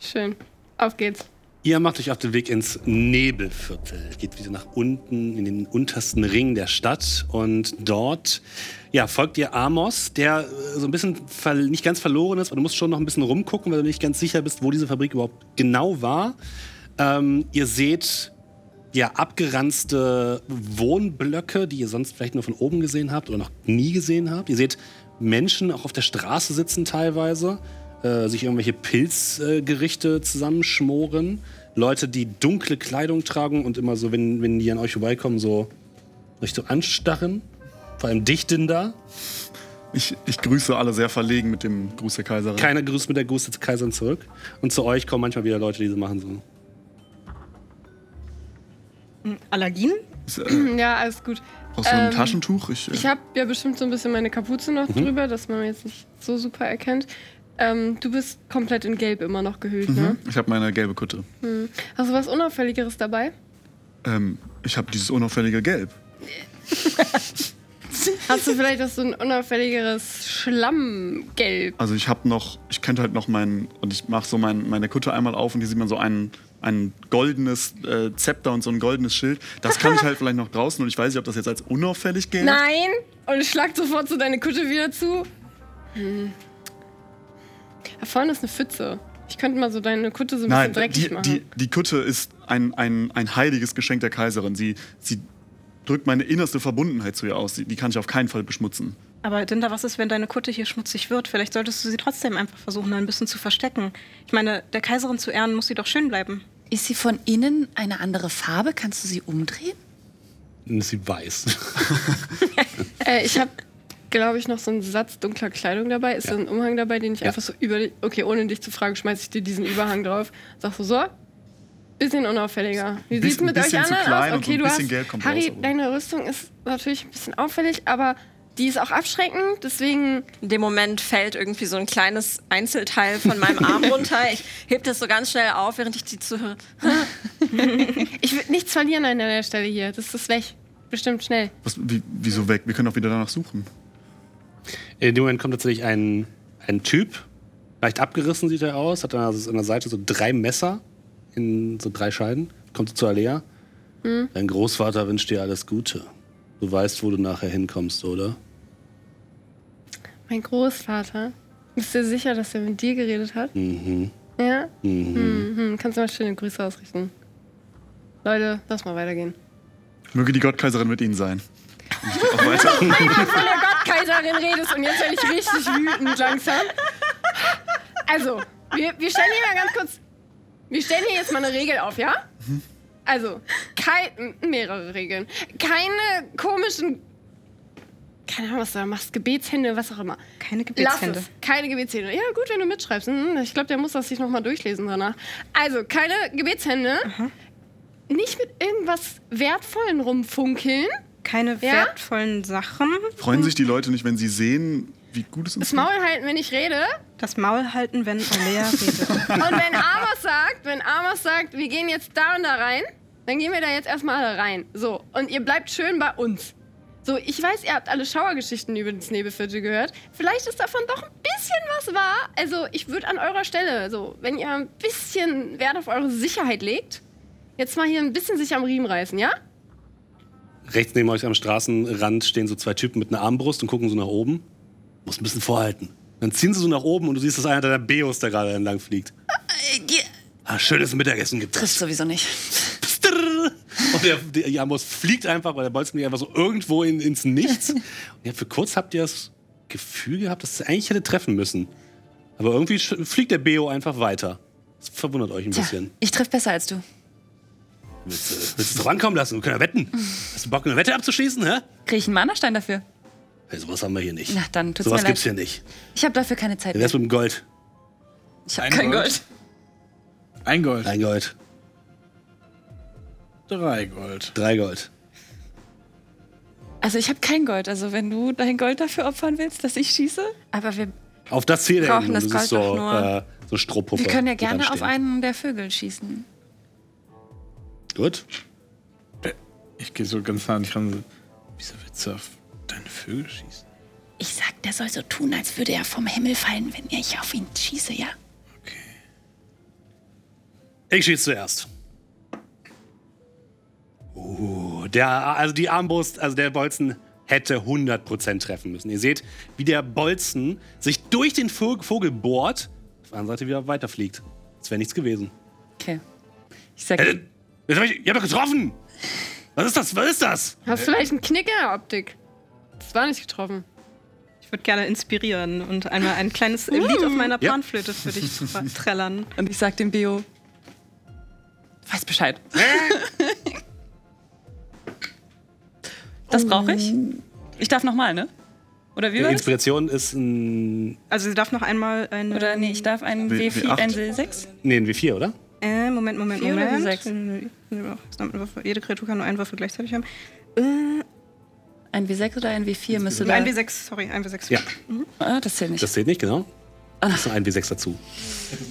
Schön. Auf geht's. Ihr macht euch auf den Weg ins Nebelviertel. Geht wieder nach unten in den untersten Ring der Stadt und dort ja, folgt ihr Amos, der äh, so ein bisschen ver nicht ganz verloren ist, aber du musst schon noch ein bisschen rumgucken, weil du nicht ganz sicher bist, wo diese Fabrik überhaupt genau war. Ähm, ihr seht ja, abgeranzte Wohnblöcke, die ihr sonst vielleicht nur von oben gesehen habt oder noch nie gesehen habt. Ihr seht Menschen auch auf der Straße sitzen teilweise, äh, sich irgendwelche Pilzgerichte äh, Gerichte zusammenschmoren. Leute, die dunkle Kleidung tragen und immer so, wenn, wenn die an euch vorbeikommen, so euch so anstarren. Vor allem Dichtender. Ich, ich grüße alle sehr verlegen mit dem Gruß der Kaiserin. Keiner grüßt mit der Gruß des Kaisern zurück. Und zu euch kommen manchmal wieder Leute, die so machen so. Allergien? Ist, äh, Ja, alles gut. brauchst du ein Ähm, Taschentuch? Ich, äh, Ich habe ja bestimmt so ein bisschen meine Kapuze noch Mhm. drüber, dass man mir jetzt nicht so super erkennt. Ähm, du bist komplett in Gelb immer noch gehüllt, ne? Hm? ich habe meine gelbe Kutte. Hast du was Unauffälligeres dabei? Ähm, ich habe dieses unauffällige Gelb. Hast du vielleicht auch so ein unauffälligeres Schlammgelb? Also ich habe noch, ich könnte halt noch meinen, und ich mache so mein, meine Kutte einmal auf und hier sieht man so ein, ein goldenes äh, Zepter und so ein goldenes Schild. Das kann ich halt vielleicht noch draußen und ich weiß nicht, ob das jetzt als unauffällig gilt. Nein! Und ich schlag sofort so deine Kutte wieder zu. Hm. Da vorne ist eine Pfütze. Ich könnte mal so deine Kutte so ein bisschen Nein, dreckig die, machen. die, die Kutte ist ein, ein, ein heiliges Geschenk der Kaiserin. Sie, sie drückt meine innerste Verbundenheit zu ihr aus. Die, die kann ich auf keinen Fall beschmutzen. Aber Dinda, was ist, wenn deine Kutte hier schmutzig wird? Vielleicht solltest du sie trotzdem einfach versuchen, ein bisschen zu verstecken. Ich meine, der Kaiserin zu ehren, muss sie doch schön bleiben. Ist sie von innen eine andere Farbe? Kannst du sie umdrehen? Und "Hm, sie weiß. Äh, ich habe, glaube ich, noch so einen Satz dunkler Kleidung dabei. Ist so ein Umhang dabei, den ich einfach so über. Okay, ohne dich zu fragen, schmeiß ich dir diesen Überhang drauf. Sag so, so. Bisschen unauffälliger. Wie Bisschen- sieht's mit euch bisschen zu anderen klein aus? und Okay, ein du bisschen hast. gelb kommt raus, Harry, aber- deine Rüstung ist natürlich ein bisschen auffällig, aber die ist auch abschreckend. Deswegen. In dem Moment fällt irgendwie so ein kleines Einzelteil von meinem Arm runter. Ich heb das so ganz schnell auf, während ich die zuhöre. Ich will nichts verlieren an der Stelle hier. Das ist weg. Bestimmt schnell. Was, wie, wieso weg? Wir können auch wieder danach suchen. In dem Moment kommt tatsächlich ein, ein Typ, leicht abgerissen sieht er aus, hat an der, an der Seite so drei Messer in so drei Scheiden, kommt zu Alea. Dein Großvater wünscht dir alles Gute. Du weißt, wo du nachher hinkommst, oder? Mein Großvater. Bist du sicher, dass er mit dir geredet hat? Mhm. Ja? Mhm. Mhm. Kannst du mal schöne Grüße ausrichten? Leute, lass mal weitergehen. Möge die Gottkaiserin mit Ihnen sein. Und ich geh auch weiter. von der Gottkaiserin redest und jetzt werde ich richtig wütend langsam. Also, wir, wir stellen hier mal ganz kurz. Wir stellen hier jetzt mal eine Regel auf, ja? Also, kei- m- mehrere Regeln. Keine komischen. Keine Ahnung, was du da machst. Gebetshände, was auch immer. Keine Lass Gebetshände. es. Keine Gebetshände. Ja, gut, wenn du mitschreibst. Hm, Ich glaube, der muss das sich nochmal durchlesen danach. Also, keine Gebetshände. Nicht mit irgendwas Wertvollen rumfunkeln. Keine wertvollen Sachen. Freuen sich die Leute nicht, wenn sie sehen, wie gut es uns Das Maul halten, wenn ich rede. Das Maul halten, wenn Alea redet. Und wenn Amos sagt, wenn Amos sagt, wir gehen jetzt da und da rein, dann gehen wir da jetzt erstmal alle rein. So, und ihr bleibt schön bei uns. So, ich weiß, ihr habt alle Schauergeschichten über das Nebelviertel gehört. Vielleicht ist davon doch ein bisschen was wahr. Also, ich würde an eurer Stelle, so, wenn ihr ein bisschen Wert auf eure Sicherheit legt, jetzt mal hier ein bisschen sich am Riemen reißen, ja? Rechts neben euch am Straßenrand stehen so zwei Typen mit einer Armbrust und gucken so nach oben. Muss ein bisschen vorhalten. Dann ziehen sie so nach oben und du siehst, dass einer deiner Beos da gerade entlang fliegt. Ah, schönes Mittagessen gibt. Trifft sowieso nicht. Pstrrr. Und der, der Jambus fliegt einfach, weil der Bolzen fliegt einfach so irgendwo in, ins Nichts. Und ihr habt- für kurz habt ihr das Gefühl gehabt, dass es eigentlich hätte treffen müssen. Aber irgendwie sch- fliegt der Beo einfach weiter. Das verwundert euch ein Tja, bisschen. ich treffe besser als du. Willst, du- willst du es doch rankommen lassen? Wir können ja wetten. Hast du Bock, eine Wette abzuschießen, hä? Kriege ich einen Mana-Stein dafür? Hey, sowas haben wir hier nicht. Na, dann tut's sowas mir leid. gibt's hier nicht. Ich habe dafür keine Zeit Dann mehr. wär's mit dem Gold. Ich habe Ein kein Gold. Gold. Ein Gold, Ein Gold. drei Gold. Drei Gold. Also ich habe kein Gold. Also wenn du dein Gold dafür opfern willst, dass ich schieße. Aber wir, Auf das Ziel brauchen hin. das ist Gold so, doch nur. äh, so Strohpuppe. wir können ja die dran gerne auf stehen. einen der Vögel schießen. Gut. Ich gehe so ganz nah an dich ran. so, Wieso willst du auf deine Vögel schießen? Ich sag, der soll so tun, als würde er vom Himmel fallen, wenn ich auf ihn schieße, ja? Okay. Ich schieße zuerst. Oh, der, also die Armbrust, also der Bolzen hätte 100% treffen müssen. Ihr seht, wie der Bolzen sich durch den Vo- Vogel bohrt, auf der anderen Seite wieder weiterfliegt. Das wäre nichts gewesen. Okay. Ich sag, Äh, Jetzt hab ich, ich hab doch getroffen! Was ist das? Was ist das? Hast vielleicht einen Knicker-Optik? Das war nicht getroffen. Ich würde gerne inspirieren und einmal ein kleines äh, Lied auf meiner Ja. Panflöte für dich tra- trällern. Und ich sag dem Bio. Weiß Bescheid. Das brauche ich. Ich darf nochmal, ne? Oder wie war das? Äh, Inspiration ist ein. Also sie darf noch einmal eine. Oder nee, ich darf einen W- W4, W8. einen W6. Nee, ein W4, oder? Äh, Moment, Moment, Vier oder Moment. sechs? Jede Kreatur kann nur einen Würfel gleichzeitig haben. ein W6 oder ein W4 müsste da... Ein W6, sorry, ein W6. Ja, Ah, das zählt nicht. das zählt nicht, genau. Ah. Da ist noch ein W6 dazu.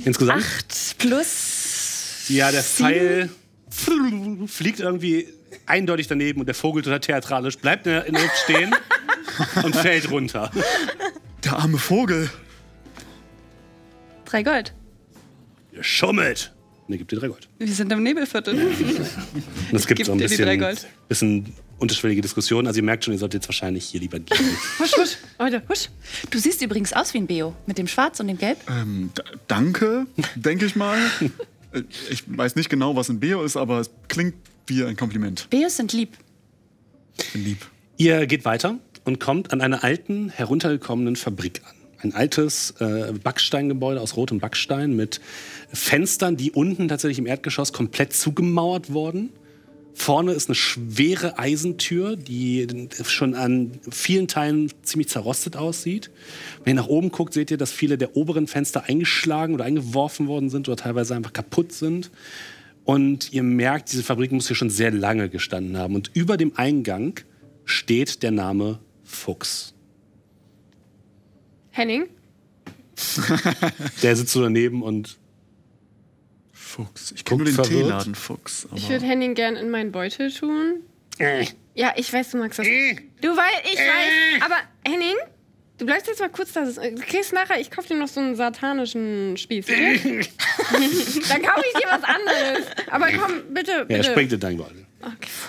Insgesamt? Acht plus... Ja, der Pfeil fliegt irgendwie eindeutig daneben und der Vogel total theatralisch bleibt in der in der Luft stehen und fällt runter. Der arme Vogel. Drei Gold. Ihr schummelt. Und er gibt dir drei Gold. Wir sind im Nebelviertel. Und es gibt geb so ein dir die drei bisschen, Gold. bisschen unterschwellige Diskussionen. Also ihr merkt schon, ihr solltet jetzt wahrscheinlich hier lieber gehen. Husch, husch, Leute, husch. Du siehst übrigens aus wie ein Beo. Mit dem Schwarz und dem Gelb. Ähm, d- danke, denke ich mal. Äh, ich weiß nicht genau, was ein Beo ist, aber es klingt wie ein Kompliment. Beos sind lieb. Ich bin lieb. Ihr geht weiter und kommt an einer alten, heruntergekommenen Fabrik an. Ein altes äh, Backsteingebäude aus rotem Backstein mit Fenstern, die unten tatsächlich im Erdgeschoss komplett zugemauert wurden. Vorne ist eine schwere Eisentür, die schon an vielen Teilen ziemlich zerrostet aussieht. Wenn ihr nach oben guckt, seht ihr, dass viele der oberen Fenster eingeschlagen oder eingeworfen worden sind oder teilweise einfach kaputt sind. Und ihr merkt, diese Fabrik muss hier schon sehr lange gestanden haben. Und über dem Eingang steht der Name Fuchs. Henning? Der sitzt so daneben und Fuchs. Ich Guckt kenne nur den verwirrt. Teeladen Fuchs. Ich Aber würde Henning gern in meinen Beutel tun. Ja, ich weiß, du magst das. Du weißt, ich weiß. Aber Henning, du bleibst jetzt mal kurz da. sitzen. Du kriegst nachher, ich kaufe dir noch so einen satanischen Spieß. Okay? Dann kaufe ich dir was anderes. Aber komm, bitte, ja, er bitte. springt in dein Beutel.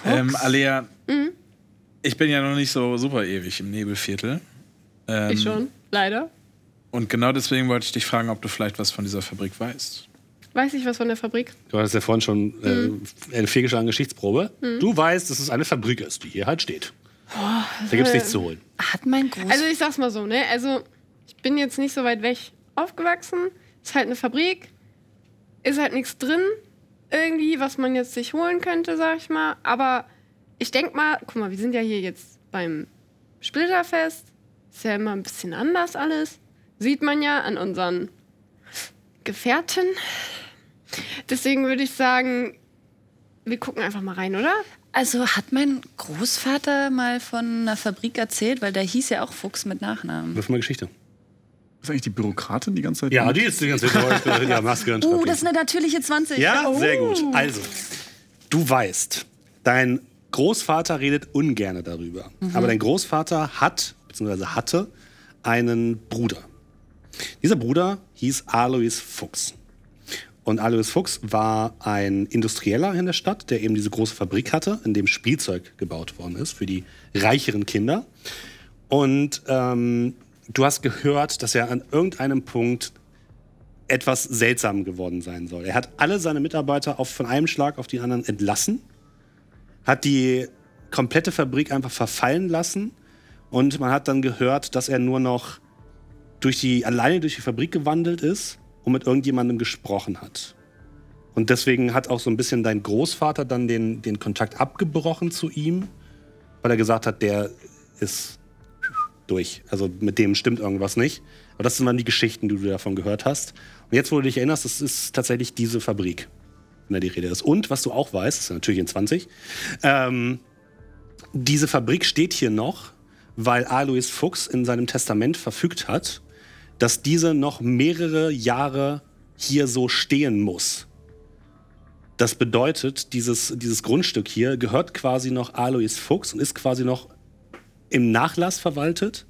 Ähm, Alea, Mhm. ich bin ja noch nicht so super ewig im Nebelviertel. Ähm, ich schon, leider. Und genau deswegen wollte ich dich fragen, ob du vielleicht was von dieser Fabrik weißt. Weiß ich was von der Fabrik? Du hattest ja vorhin schon äh, Mhm. eine fehlgeschlagene Geschichtsprobe. Du weißt, dass es eine Fabrik ist, die hier halt steht. Oh, da gibt es nichts zu holen. Hat mein Groß... Also ich sag's mal so, ne? Also ich bin jetzt nicht so weit weg aufgewachsen. Ist halt eine Fabrik. Ist halt nichts drin. Irgendwie, was man jetzt sich holen könnte, sag ich mal. Aber ich denk mal, guck mal, wir sind ja hier jetzt beim Splitterfest. Ist ja immer ein bisschen anders alles. Sieht man ja an unseren Gefährten. Deswegen würde ich sagen, wir gucken einfach mal rein, oder? Also hat mein Großvater mal von einer Fabrik erzählt, weil der hieß ja auch Fuchs mit Nachnamen. Wirf mal Geschichte. ist eigentlich die Bürokratin die ganze Zeit? Ja, die ist die ganze Zeit mit der Maske und Uh, Schraubchen. das ist eine natürliche 20. Ja, oh. sehr gut. Also, du weißt, dein Großvater redet ungerne darüber. Aber dein Großvater hat, beziehungsweise hatte, einen Bruder. Dieser Bruder hieß Alois Fuchs. Und Alois Fuchs war ein Industrieller in der Stadt, der eben diese große Fabrik hatte, in dem Spielzeug gebaut worden ist für die reicheren Kinder. Und ähm, du hast gehört, dass er an irgendeinem Punkt etwas seltsam geworden sein soll. Er hat alle seine Mitarbeiter auf, von einem Schlag auf die anderen entlassen hat die komplette Fabrik einfach verfallen lassen und man hat dann gehört, dass er nur noch durch die, alleine durch die Fabrik gewandelt ist und mit irgendjemandem gesprochen hat. Und deswegen hat auch so ein bisschen dein Großvater dann den, den Kontakt abgebrochen zu ihm, weil er gesagt hat, der ist durch. Also mit dem stimmt irgendwas nicht. Aber das sind dann die Geschichten, die du davon gehört hast. Und jetzt, wo du dich erinnerst, das ist tatsächlich diese Fabrik, von der die Rede ist. Und was du auch weißt, das ist natürlich in 20, ähm, diese Fabrik steht hier noch, weil Alois Fuchs in seinem Testament verfügt hat, dass diese noch mehrere Jahre hier so stehen muss. Das bedeutet, dieses, dieses Grundstück hier gehört quasi noch Alois Fuchs und ist quasi noch im Nachlass verwaltet.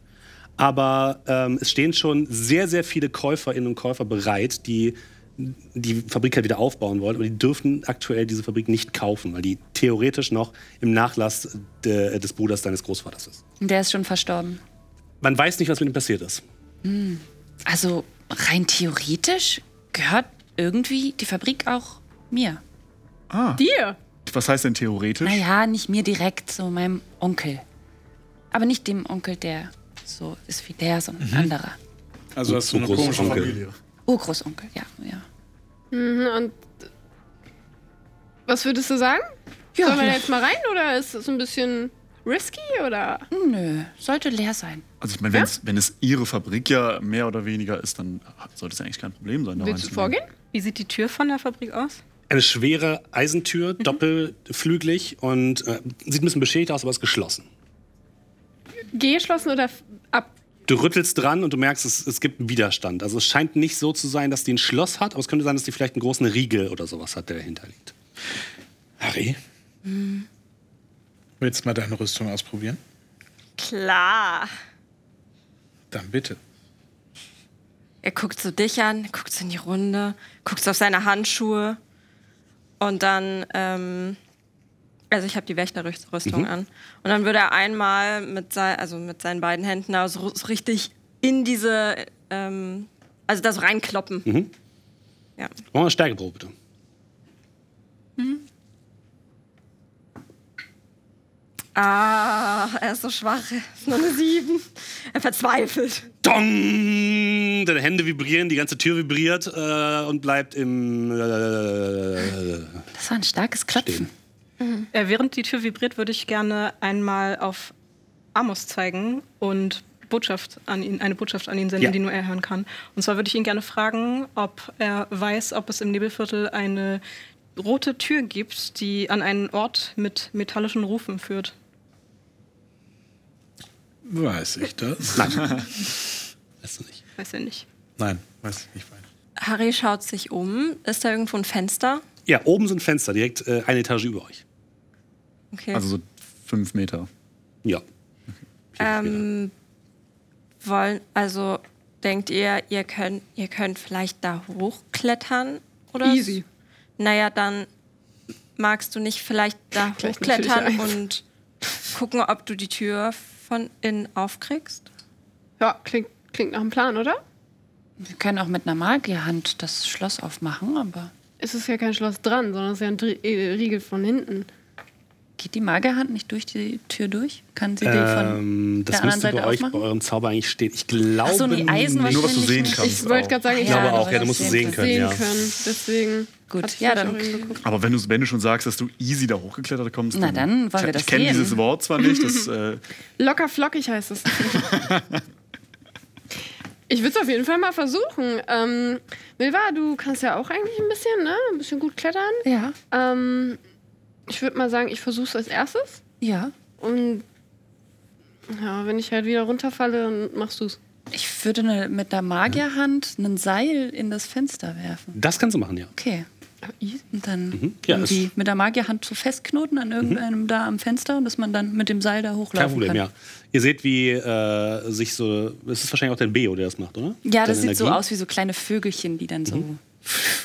Aber ähm, es stehen schon sehr, sehr viele Käuferinnen und Käufer bereit, die die Fabrik halt wieder aufbauen wollen. Aber die dürfen aktuell diese Fabrik nicht kaufen, weil die theoretisch noch im Nachlass de, des Bruders deines Großvaters ist. Und Der ist schon verstorben. Man weiß nicht, was mit ihm passiert ist. Also rein theoretisch gehört irgendwie die Fabrik auch mir. Dir? Was heißt denn theoretisch? Naja, nicht mir direkt, so meinem Onkel. Aber nicht dem Onkel, der so ist wie der, sondern ein anderer. Also hast du eine Urgroßonkel. komische Familie. Urgroßonkel, ja, ja. Mhm, und was würdest du sagen? Ja, Sollen wir da ja. jetzt mal rein oder ist es ein bisschen risky oder? Nö, sollte leer sein. Also ich meine, wenn's- wenn es ihre Fabrik ja mehr oder weniger ist, dann sollte es ja eigentlich kein Problem sein. da Willst du reinzunehmen. vorgehen? Wie sieht die Tür von der Fabrik aus? Eine schwere Eisentür, doppelflügelig und äh, sieht ein bisschen beschädigt aus, aber ist geschlossen. Geschlossen oder f- ab? Du rüttelst dran und du merkst, es, es gibt einen Widerstand. Also es scheint nicht so zu sein, dass die ein Schloss hat, aber es könnte sein, dass die vielleicht einen großen Riegel oder sowas hat, der dahinter liegt. Harry? Hm. Willst du mal deine Rüstung ausprobieren? Klar. Dann bitte. Er guckt so dich an, guckt so in die Runde, guckt so auf seine Handschuhe. Und dann, ähm, also ich habe die Wächterrüstung Mhm. an. Und dann würde er einmal mit, sei, also mit seinen beiden Händen da so, so richtig in diese, ähm, also da so reinkloppen. Mhm. Ja. Machen wir eine Stärkeprobe, bitte. Ah, er ist so schwach. Er ist nur eine Sieben. Er verzweifelt. Dong! Deine Hände vibrieren, die ganze Tür vibriert äh, und bleibt im. Äh, Das war ein starkes Klopfen. Äh, während die Tür vibriert, würde ich gerne einmal auf Amos zeigen und Botschaft an ihn, eine Botschaft an ihn senden, Ja. die nur er hören kann. Und zwar würde ich ihn gerne fragen, ob er weiß, ob es im Nebelviertel eine rote Tür gibt, die an einen Ort mit metallischen Rufen führt. Weiß ich das? weißt du nicht. Weiß er nicht. Nein, weiß ich nicht weiter. Harry schaut sich um. Ist da irgendwo ein Fenster? Ja, oben sind Fenster, direkt äh, eine Etage über euch. Okay. Also so fünf Meter. Ja. Ähm, wollen, also denkt ihr, ihr könnt, ihr könnt vielleicht da hochklettern oder? Easy. s- Naja, dann magst du nicht vielleicht da Gleich hochklettern natürlich eins. und gucken, ob du die Tür von innen aufkriegst? Ja, klingt, klingt nach einem Plan, oder? Wir können auch mit einer Magierhand das Schloss aufmachen, aber Es ist ja kein Schloss dran, sondern es ist ja ein Dri- äh, Riegel von hinten. geht die Magierhand nicht durch die Tür durch? Kann sie die von Ähm, das der anderen müsste bei Seite euch, bei aufmachen? eurem Zauber eigentlich stehen. Ich glaube. Ach so, nee, Eisen nicht. Nur was du wahrscheinlich sehen nicht. kannst. Ich wollte gerade sagen, ich Ja, glaube aber auch, ja, du musst es sehen können, sehen ja. können. Deswegen. hatte Gut, ich ja, vielleicht dann auch irgendwie- Aber wenn, du's- wenn du schon sagst, dass du easy da hochgeklettert kommst, Na, dann wollen wir Ich- das Ich kenne sehen. dieses Wort zwar nicht, das äh, Locker flockig heißt es. ich würde es auf jeden Fall mal versuchen. Ähm, Milva, du kannst ja auch eigentlich ein bisschen, ne? Ein bisschen gut klettern. Ja, Ähm, ich würde mal sagen, ich versuche es als erstes. ja. Und ja, wenn ich halt wieder runterfalle, dann machst du's. Ich würde eine, mit der Magierhand ein Seil in das Fenster werfen. Das kannst du machen, ja. Okay. Äh, Und dann Mhm. Ja, irgendwie es- mit der Magierhand so festknoten an irgendeinem da am Fenster und dass man dann mit dem Seil da hochlaufen Kein Problem, kann. ja. Ihr seht, wie äh, sich so. Es ist wahrscheinlich auch dein Beo, der das macht, oder? Ja, das sieht Deine so Energie. Mhm. aus wie so kleine Vögelchen, die dann so. Ja,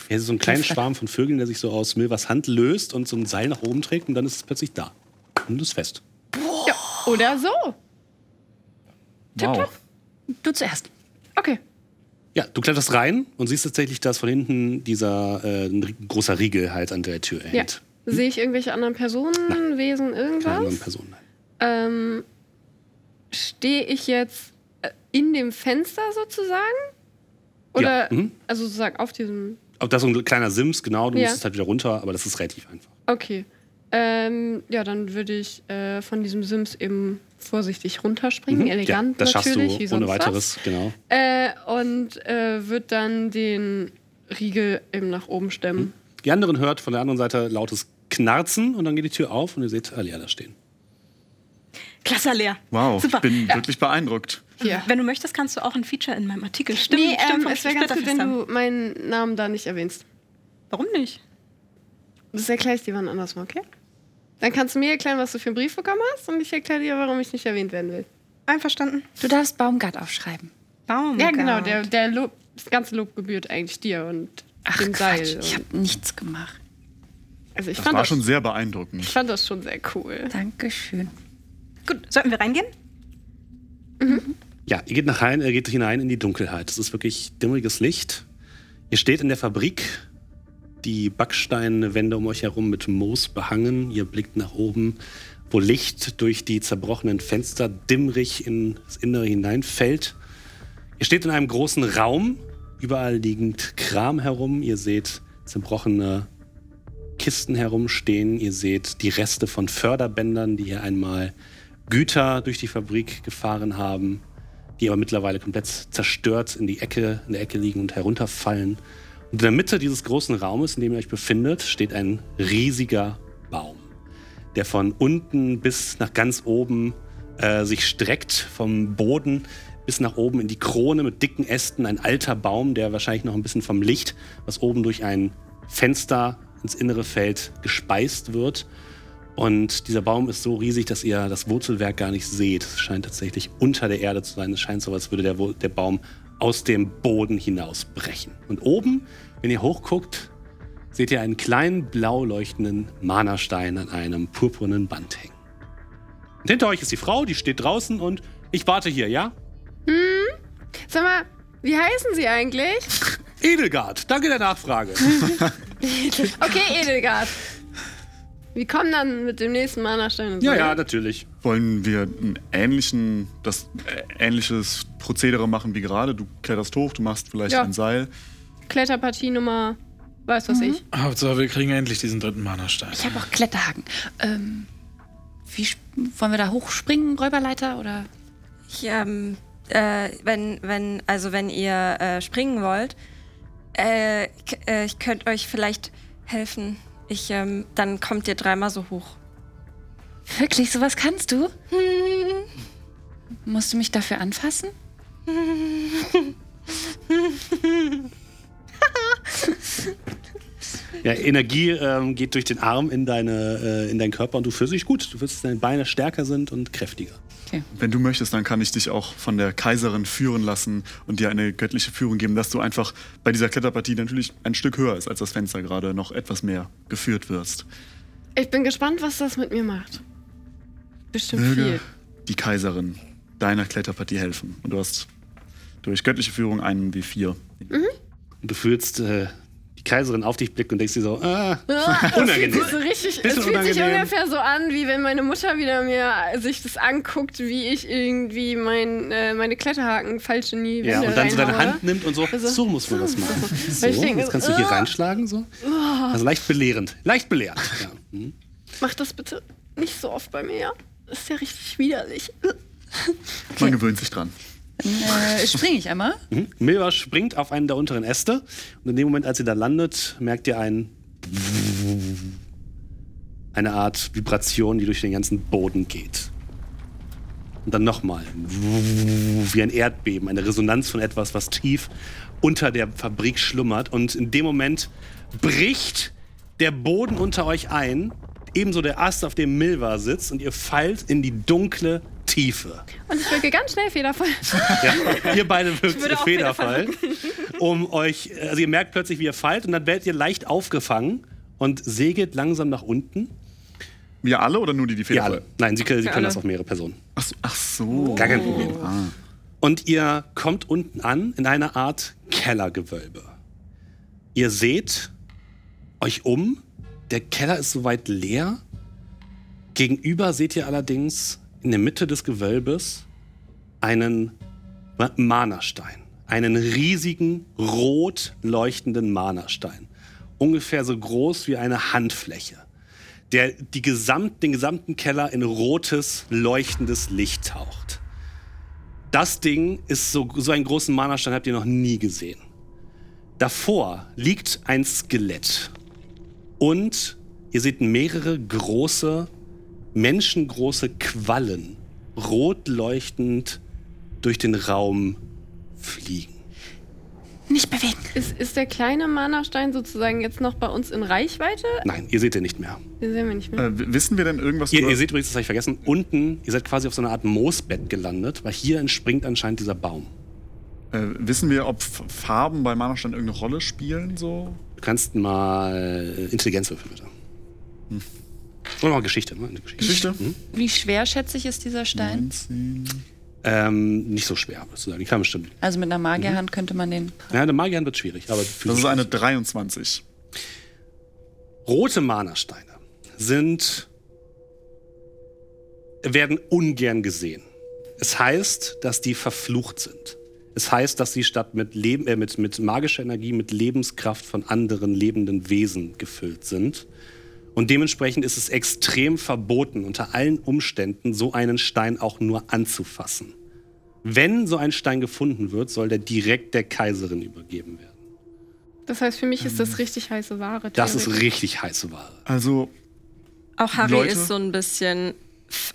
es ist so ein kleiner Schwarm von Vögeln, der sich so aus Milvas Hand löst und so ein Seil nach oben trägt und dann ist es plötzlich da. Und ist fest. Oder so. wow. Du zuerst. Okay. Ja, du kletterst rein und siehst tatsächlich, dass von hinten dieser äh, ein ri- großer Riegel halt an der Tür hängt. Sehe ich irgendwelche anderen Personen, Wesen, Keine irgendwas? anderen halt. Person. Nein. Ähm, Stehe ich jetzt äh, in dem Fenster sozusagen? Oder, Ja, mhm. also sozusagen auf diesem. Auch das ist so ein kleiner Sims, genau, du Ja. musst es halt wieder runter, aber das ist relativ einfach. Okay. Ähm, ja, dann würde ich äh, von diesem Sims eben vorsichtig runterspringen, Mhm. elegant Mhm. ja, das schaffst natürlich, wie du sonst ohne weiteres, genau. Was. Äh, und äh, wird dann den Riegel eben nach oben stemmen. Die anderen hört von der anderen Seite lautes Knarzen und dann geht die Tür auf und ihr seht Alia da stehen. Klasse, Lea. Wow, Super. ich bin wirklich beeindruckt. Hier. Wenn du möchtest, kannst du auch ein Feature in meinem Artikel stimmen. nee, stimmen ähm, es wäre ganz gut, wenn haben. du meinen Namen da nicht erwähnst. Warum nicht? Das erkläre ich dir wann anders mal, okay? Dann kannst du mir erklären, was du für einen Brief bekommen hast und ich erkläre dir, warum ich nicht erwähnt werden will. Einverstanden. Du darfst Baumgart aufschreiben. Baum. ja, genau, der, der Lob, das ganze Lob gebührt eigentlich dir und Ach, dem Quatsch, Seil. ich Und, habe nichts gemacht. also ich Das fand war das, schon sehr ich beeindruckend. fand das schon sehr cool. Dankeschön. Gut, sollten wir reingehen? Ja, ihr geht nach rein, ihr geht hinein in die Dunkelheit. Es ist wirklich dimmriges Licht. Ihr steht in der Fabrik, die Backsteinwände um euch herum mit Moos behangen. Ihr blickt nach oben, wo Licht durch die zerbrochenen Fenster dimmrig ins Innere hineinfällt. Ihr steht in einem großen Raum, überall liegend Kram herum. Ihr seht zerbrochene Kisten herumstehen. Ihr seht die Reste von Förderbändern, die hier einmal Güter durch die Fabrik gefahren haben, die aber mittlerweile komplett zerstört in die Ecke, in der Ecke liegen und herunterfallen. Und in der Mitte dieses großen Raumes, in dem ihr euch befindet, steht ein riesiger Baum, der von unten bis nach ganz oben äh, sich streckt, vom Boden bis nach oben in die Krone mit dicken Ästen. Ein alter Baum, der wahrscheinlich noch ein bisschen vom Licht, was oben durch ein Fenster ins innere Feld gespeist wird. Und dieser Baum ist so riesig, dass ihr das Wurzelwerk gar nicht seht. Es scheint tatsächlich unter der Erde zu sein. Es scheint so, als würde der, Wur- der Baum aus dem Boden hinausbrechen. Und oben, wenn ihr hochguckt, seht ihr einen kleinen blau leuchtenden Mana-Stein an einem purpurnen Band hängen. Und hinter euch ist die Frau, die steht draußen und ich warte hier, ja? Sag mal, wie heißen sie eigentlich? Edelgard, danke der Nachfrage. Okay, Edelgard. Wir kommen dann mit dem nächsten Mana-Stein. und so. ja, ja, natürlich. Wollen wir einen ähnlichen, das äh, ähnliches Prozedere machen wie gerade? Du kletterst hoch, du machst vielleicht Ja. ein Seil. Kletterpartie Nummer, weiß was ich. Hauptsache, wir kriegen endlich diesen dritten Mana-Stein. Ich habe auch Kletterhaken. Ähm, wie sp- wollen wir da hochspringen, Räuberleiter oder? Ich, ähm, äh, wenn, wenn, also wenn ihr äh, springen wollt, äh, k- äh, ich könnte euch vielleicht helfen. Ich, ähm, dann kommt ihr dreimal so hoch. Wirklich, sowas kannst du? Hm. Musst du mich dafür anfassen? Ja, Energie ähm, geht durch den Arm in, deine, äh, in deinen Körper und du fühlst dich gut. Du fühlst, dass deine Beine stärker sind und kräftiger. Wenn du möchtest, dann kann ich dich auch von der Kaiserin führen lassen und dir eine göttliche Führung geben, dass du einfach bei dieser Kletterpartie natürlich ein Stück höher ist als das Fenster gerade, noch etwas mehr geführt wirst. Ich bin gespannt, was das mit mir macht. Bestimmt Möge viel. die Kaiserin deiner Kletterpartie helfen. Und du hast durch göttliche Führung einen W4. Und du fühlst äh, die Kaiserin auf dich blicken und denkst dir so, ah, unangenehm. So richtig, es Bisschen fühlt sich unangenehm. ungefähr so an, wie wenn meine Mutter wieder mir äh, sich das anguckt, wie ich irgendwie mein, äh, meine Kletterhaken falsch in die Ja, Wände und dann so deine reinhaue. Hand nimmt und so, so muss man das machen. So, Weil ich denke, jetzt kannst du hier ah. reinschlagen, so. Also leicht belehrend. Leicht belehrend. Ja. Hm. Mach das bitte nicht so oft bei mir. Das ist ja richtig widerlich. Man gewöhnt sich dran. Äh, springe ich einmal? Mhm. Milva springt auf einen der unteren Äste und in dem Moment, als sie da landet, merkt ihr einen eine Art Vibration, die durch den ganzen Boden geht. Und dann nochmal. Wie ein Erdbeben, eine Resonanz von etwas, was tief unter der Fabrik schlummert. Und in dem Moment bricht der Boden unter euch ein, ebenso der Ast, auf dem Milva sitzt, und ihr fallt in die dunkle Tiefe. Und ich wirke ganz schnell federvoll. Ja, ihr beide wirkt würde auch Federfall. Um euch, also ihr merkt plötzlich, wie ihr fallt und dann werdet ihr leicht aufgefangen und segelt langsam nach unten. Wir alle oder nur die, die Ihr Fehler? alle. Nein, sie, sie können das auf mehrere Personen. Ach so. Ach so. Gar kein Problem. Ah. Und ihr kommt unten an in einer Art Kellergewölbe. Ihr seht euch um Der Keller ist soweit leer. Gegenüber seht ihr allerdings in der Mitte des Gewölbes einen Ma- Mana-Stein. Einen riesigen, rot leuchtenden Mana-Stein. Ungefähr so groß wie eine Handfläche. Der die gesamt, den gesamten Keller in rotes, leuchtendes Licht taucht. Das Ding ist so, so einen großen Mana-Stein habt ihr noch nie gesehen. Davor liegt ein Skelett. Und ihr seht mehrere große, menschengroße Quallen rot leuchtend durch den Raum fliegen. Nicht bewegen. Ist, ist der kleine Mana-Stein sozusagen jetzt noch bei uns in Reichweite? Nein, ihr seht den nicht mehr. Den sehen wir nicht mehr. Äh, w- wissen wir denn irgendwas Ihr, ihr seht übrigens, das habe ich vergessen, unten, ihr seid quasi auf so einer Art Moosbett gelandet, weil hier entspringt anscheinend dieser Baum. äh, wissen wir, ob F- Farben bei Mana-Stein irgendeine Rolle spielen? So? Du kannst mal äh, Intelligenz würfeln, bitte. Oder mal Geschichte, ne? Eine Geschichte. Geschichte? Wie schwer schätze ich ist dieser Stein? 19. Ähm, nicht so schwer, würdest du sagen. Die kann bestimmt. Also mit einer Magierhand könnte man den. Ja, eine Magierhand wird schwierig, aber Das ist eine 23. Rote Mana-Steine sind werden ungern gesehen. Es heißt, dass die verflucht sind. Es heißt, dass sie statt mit, Leben, äh, mit, mit magischer Energie, mit Lebenskraft von anderen lebenden Wesen gefüllt sind. Und dementsprechend ist es extrem verboten, unter allen Umständen so einen Stein auch nur anzufassen. Wenn so ein Stein gefunden wird, soll der direkt der Kaiserin übergeben werden. Das heißt, für mich ist das richtig heiße Ware. ähm, Das ist theoretisch. richtig heiße Ware. Also, Auch Harry Leute? ist so ein bisschen.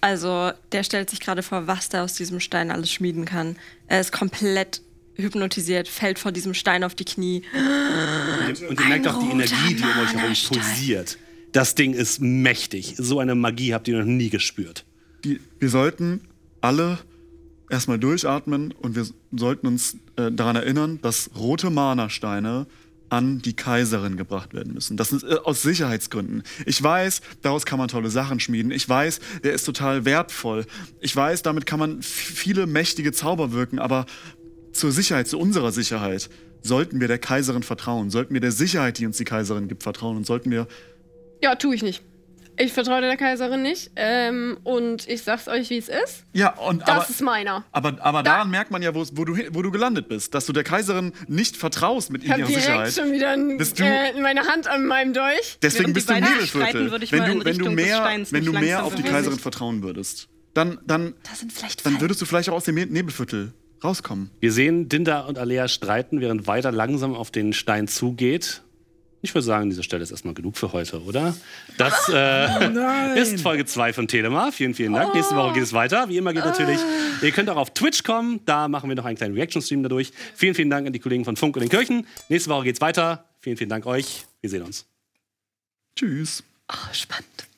Also, der stellt sich gerade vor, was der aus diesem Stein alles schmieden kann. Er ist komplett hypnotisiert, fällt vor diesem Stein auf die Knie. Und ihr- Und ihr merkt auch die roter Energie, die um euch herum Mana-Stein. pulsiert. Das Ding ist mächtig. So eine Magie habt ihr noch nie gespürt. die, wir sollten alle erstmal durchatmen und wir sollten uns äh, daran erinnern, dass rote Mana-Steine an die Kaiserin gebracht werden müssen. Das ist äh, aus Sicherheitsgründen. Ich weiß, daraus kann man tolle Sachen schmieden. Ich weiß, der ist total wertvoll. Ich weiß, damit kann man f- viele mächtige Zauber wirken, aber zur Sicherheit, zu unserer Sicherheit, sollten wir der Kaiserin vertrauen, sollten wir der Sicherheit, die uns die Kaiserin gibt, vertrauen und sollten wir Ja, tue ich nicht. Ich vertraue der Kaiserin nicht. Ähm, und ich sag's euch, wie es ist. ja und Das ist meiner. Aber, aber daran merkt man ja, wo, es- wo, du, hin- wo du gelandet bist, dass du der Kaiserin nicht vertraust mit Ich hab ihrer direkt Sicherheit. schon wieder n- halt. Bist du- äh, meine Hand an meinem Dolch. Deswegen Während die bist du im beiden Nebelviertel. streiten, würde ich mal Wenn in du, wenn du Richtung des mehr, Steins wenn du mich mehr langsam auf die bewegen. Kaiserin vertrauen würdest, dann, dann, Da sind vielleicht halt dann Fallen. würdest du vielleicht auch aus dem Ne- Nebelviertel rauskommen. Wir sehen Dinda und Alea streiten, während Weider langsam auf den Stein zugeht. Ich würde sagen, an dieser Stelle ist erstmal genug für heute, oder? Das äh, ist Folge 2 von Telema. Vielen, vielen Dank. Nächste Woche geht es weiter. Wie immer geht natürlich. Ihr könnt auch auf Twitch kommen. Da machen wir noch einen kleinen Reaction-Stream dadurch. Vielen, vielen Dank an die Kollegen von Funk und den Kirchen. Nächste Woche geht's weiter. Vielen, vielen Dank euch. Wir sehen uns. Tschüss. Oh, spannend.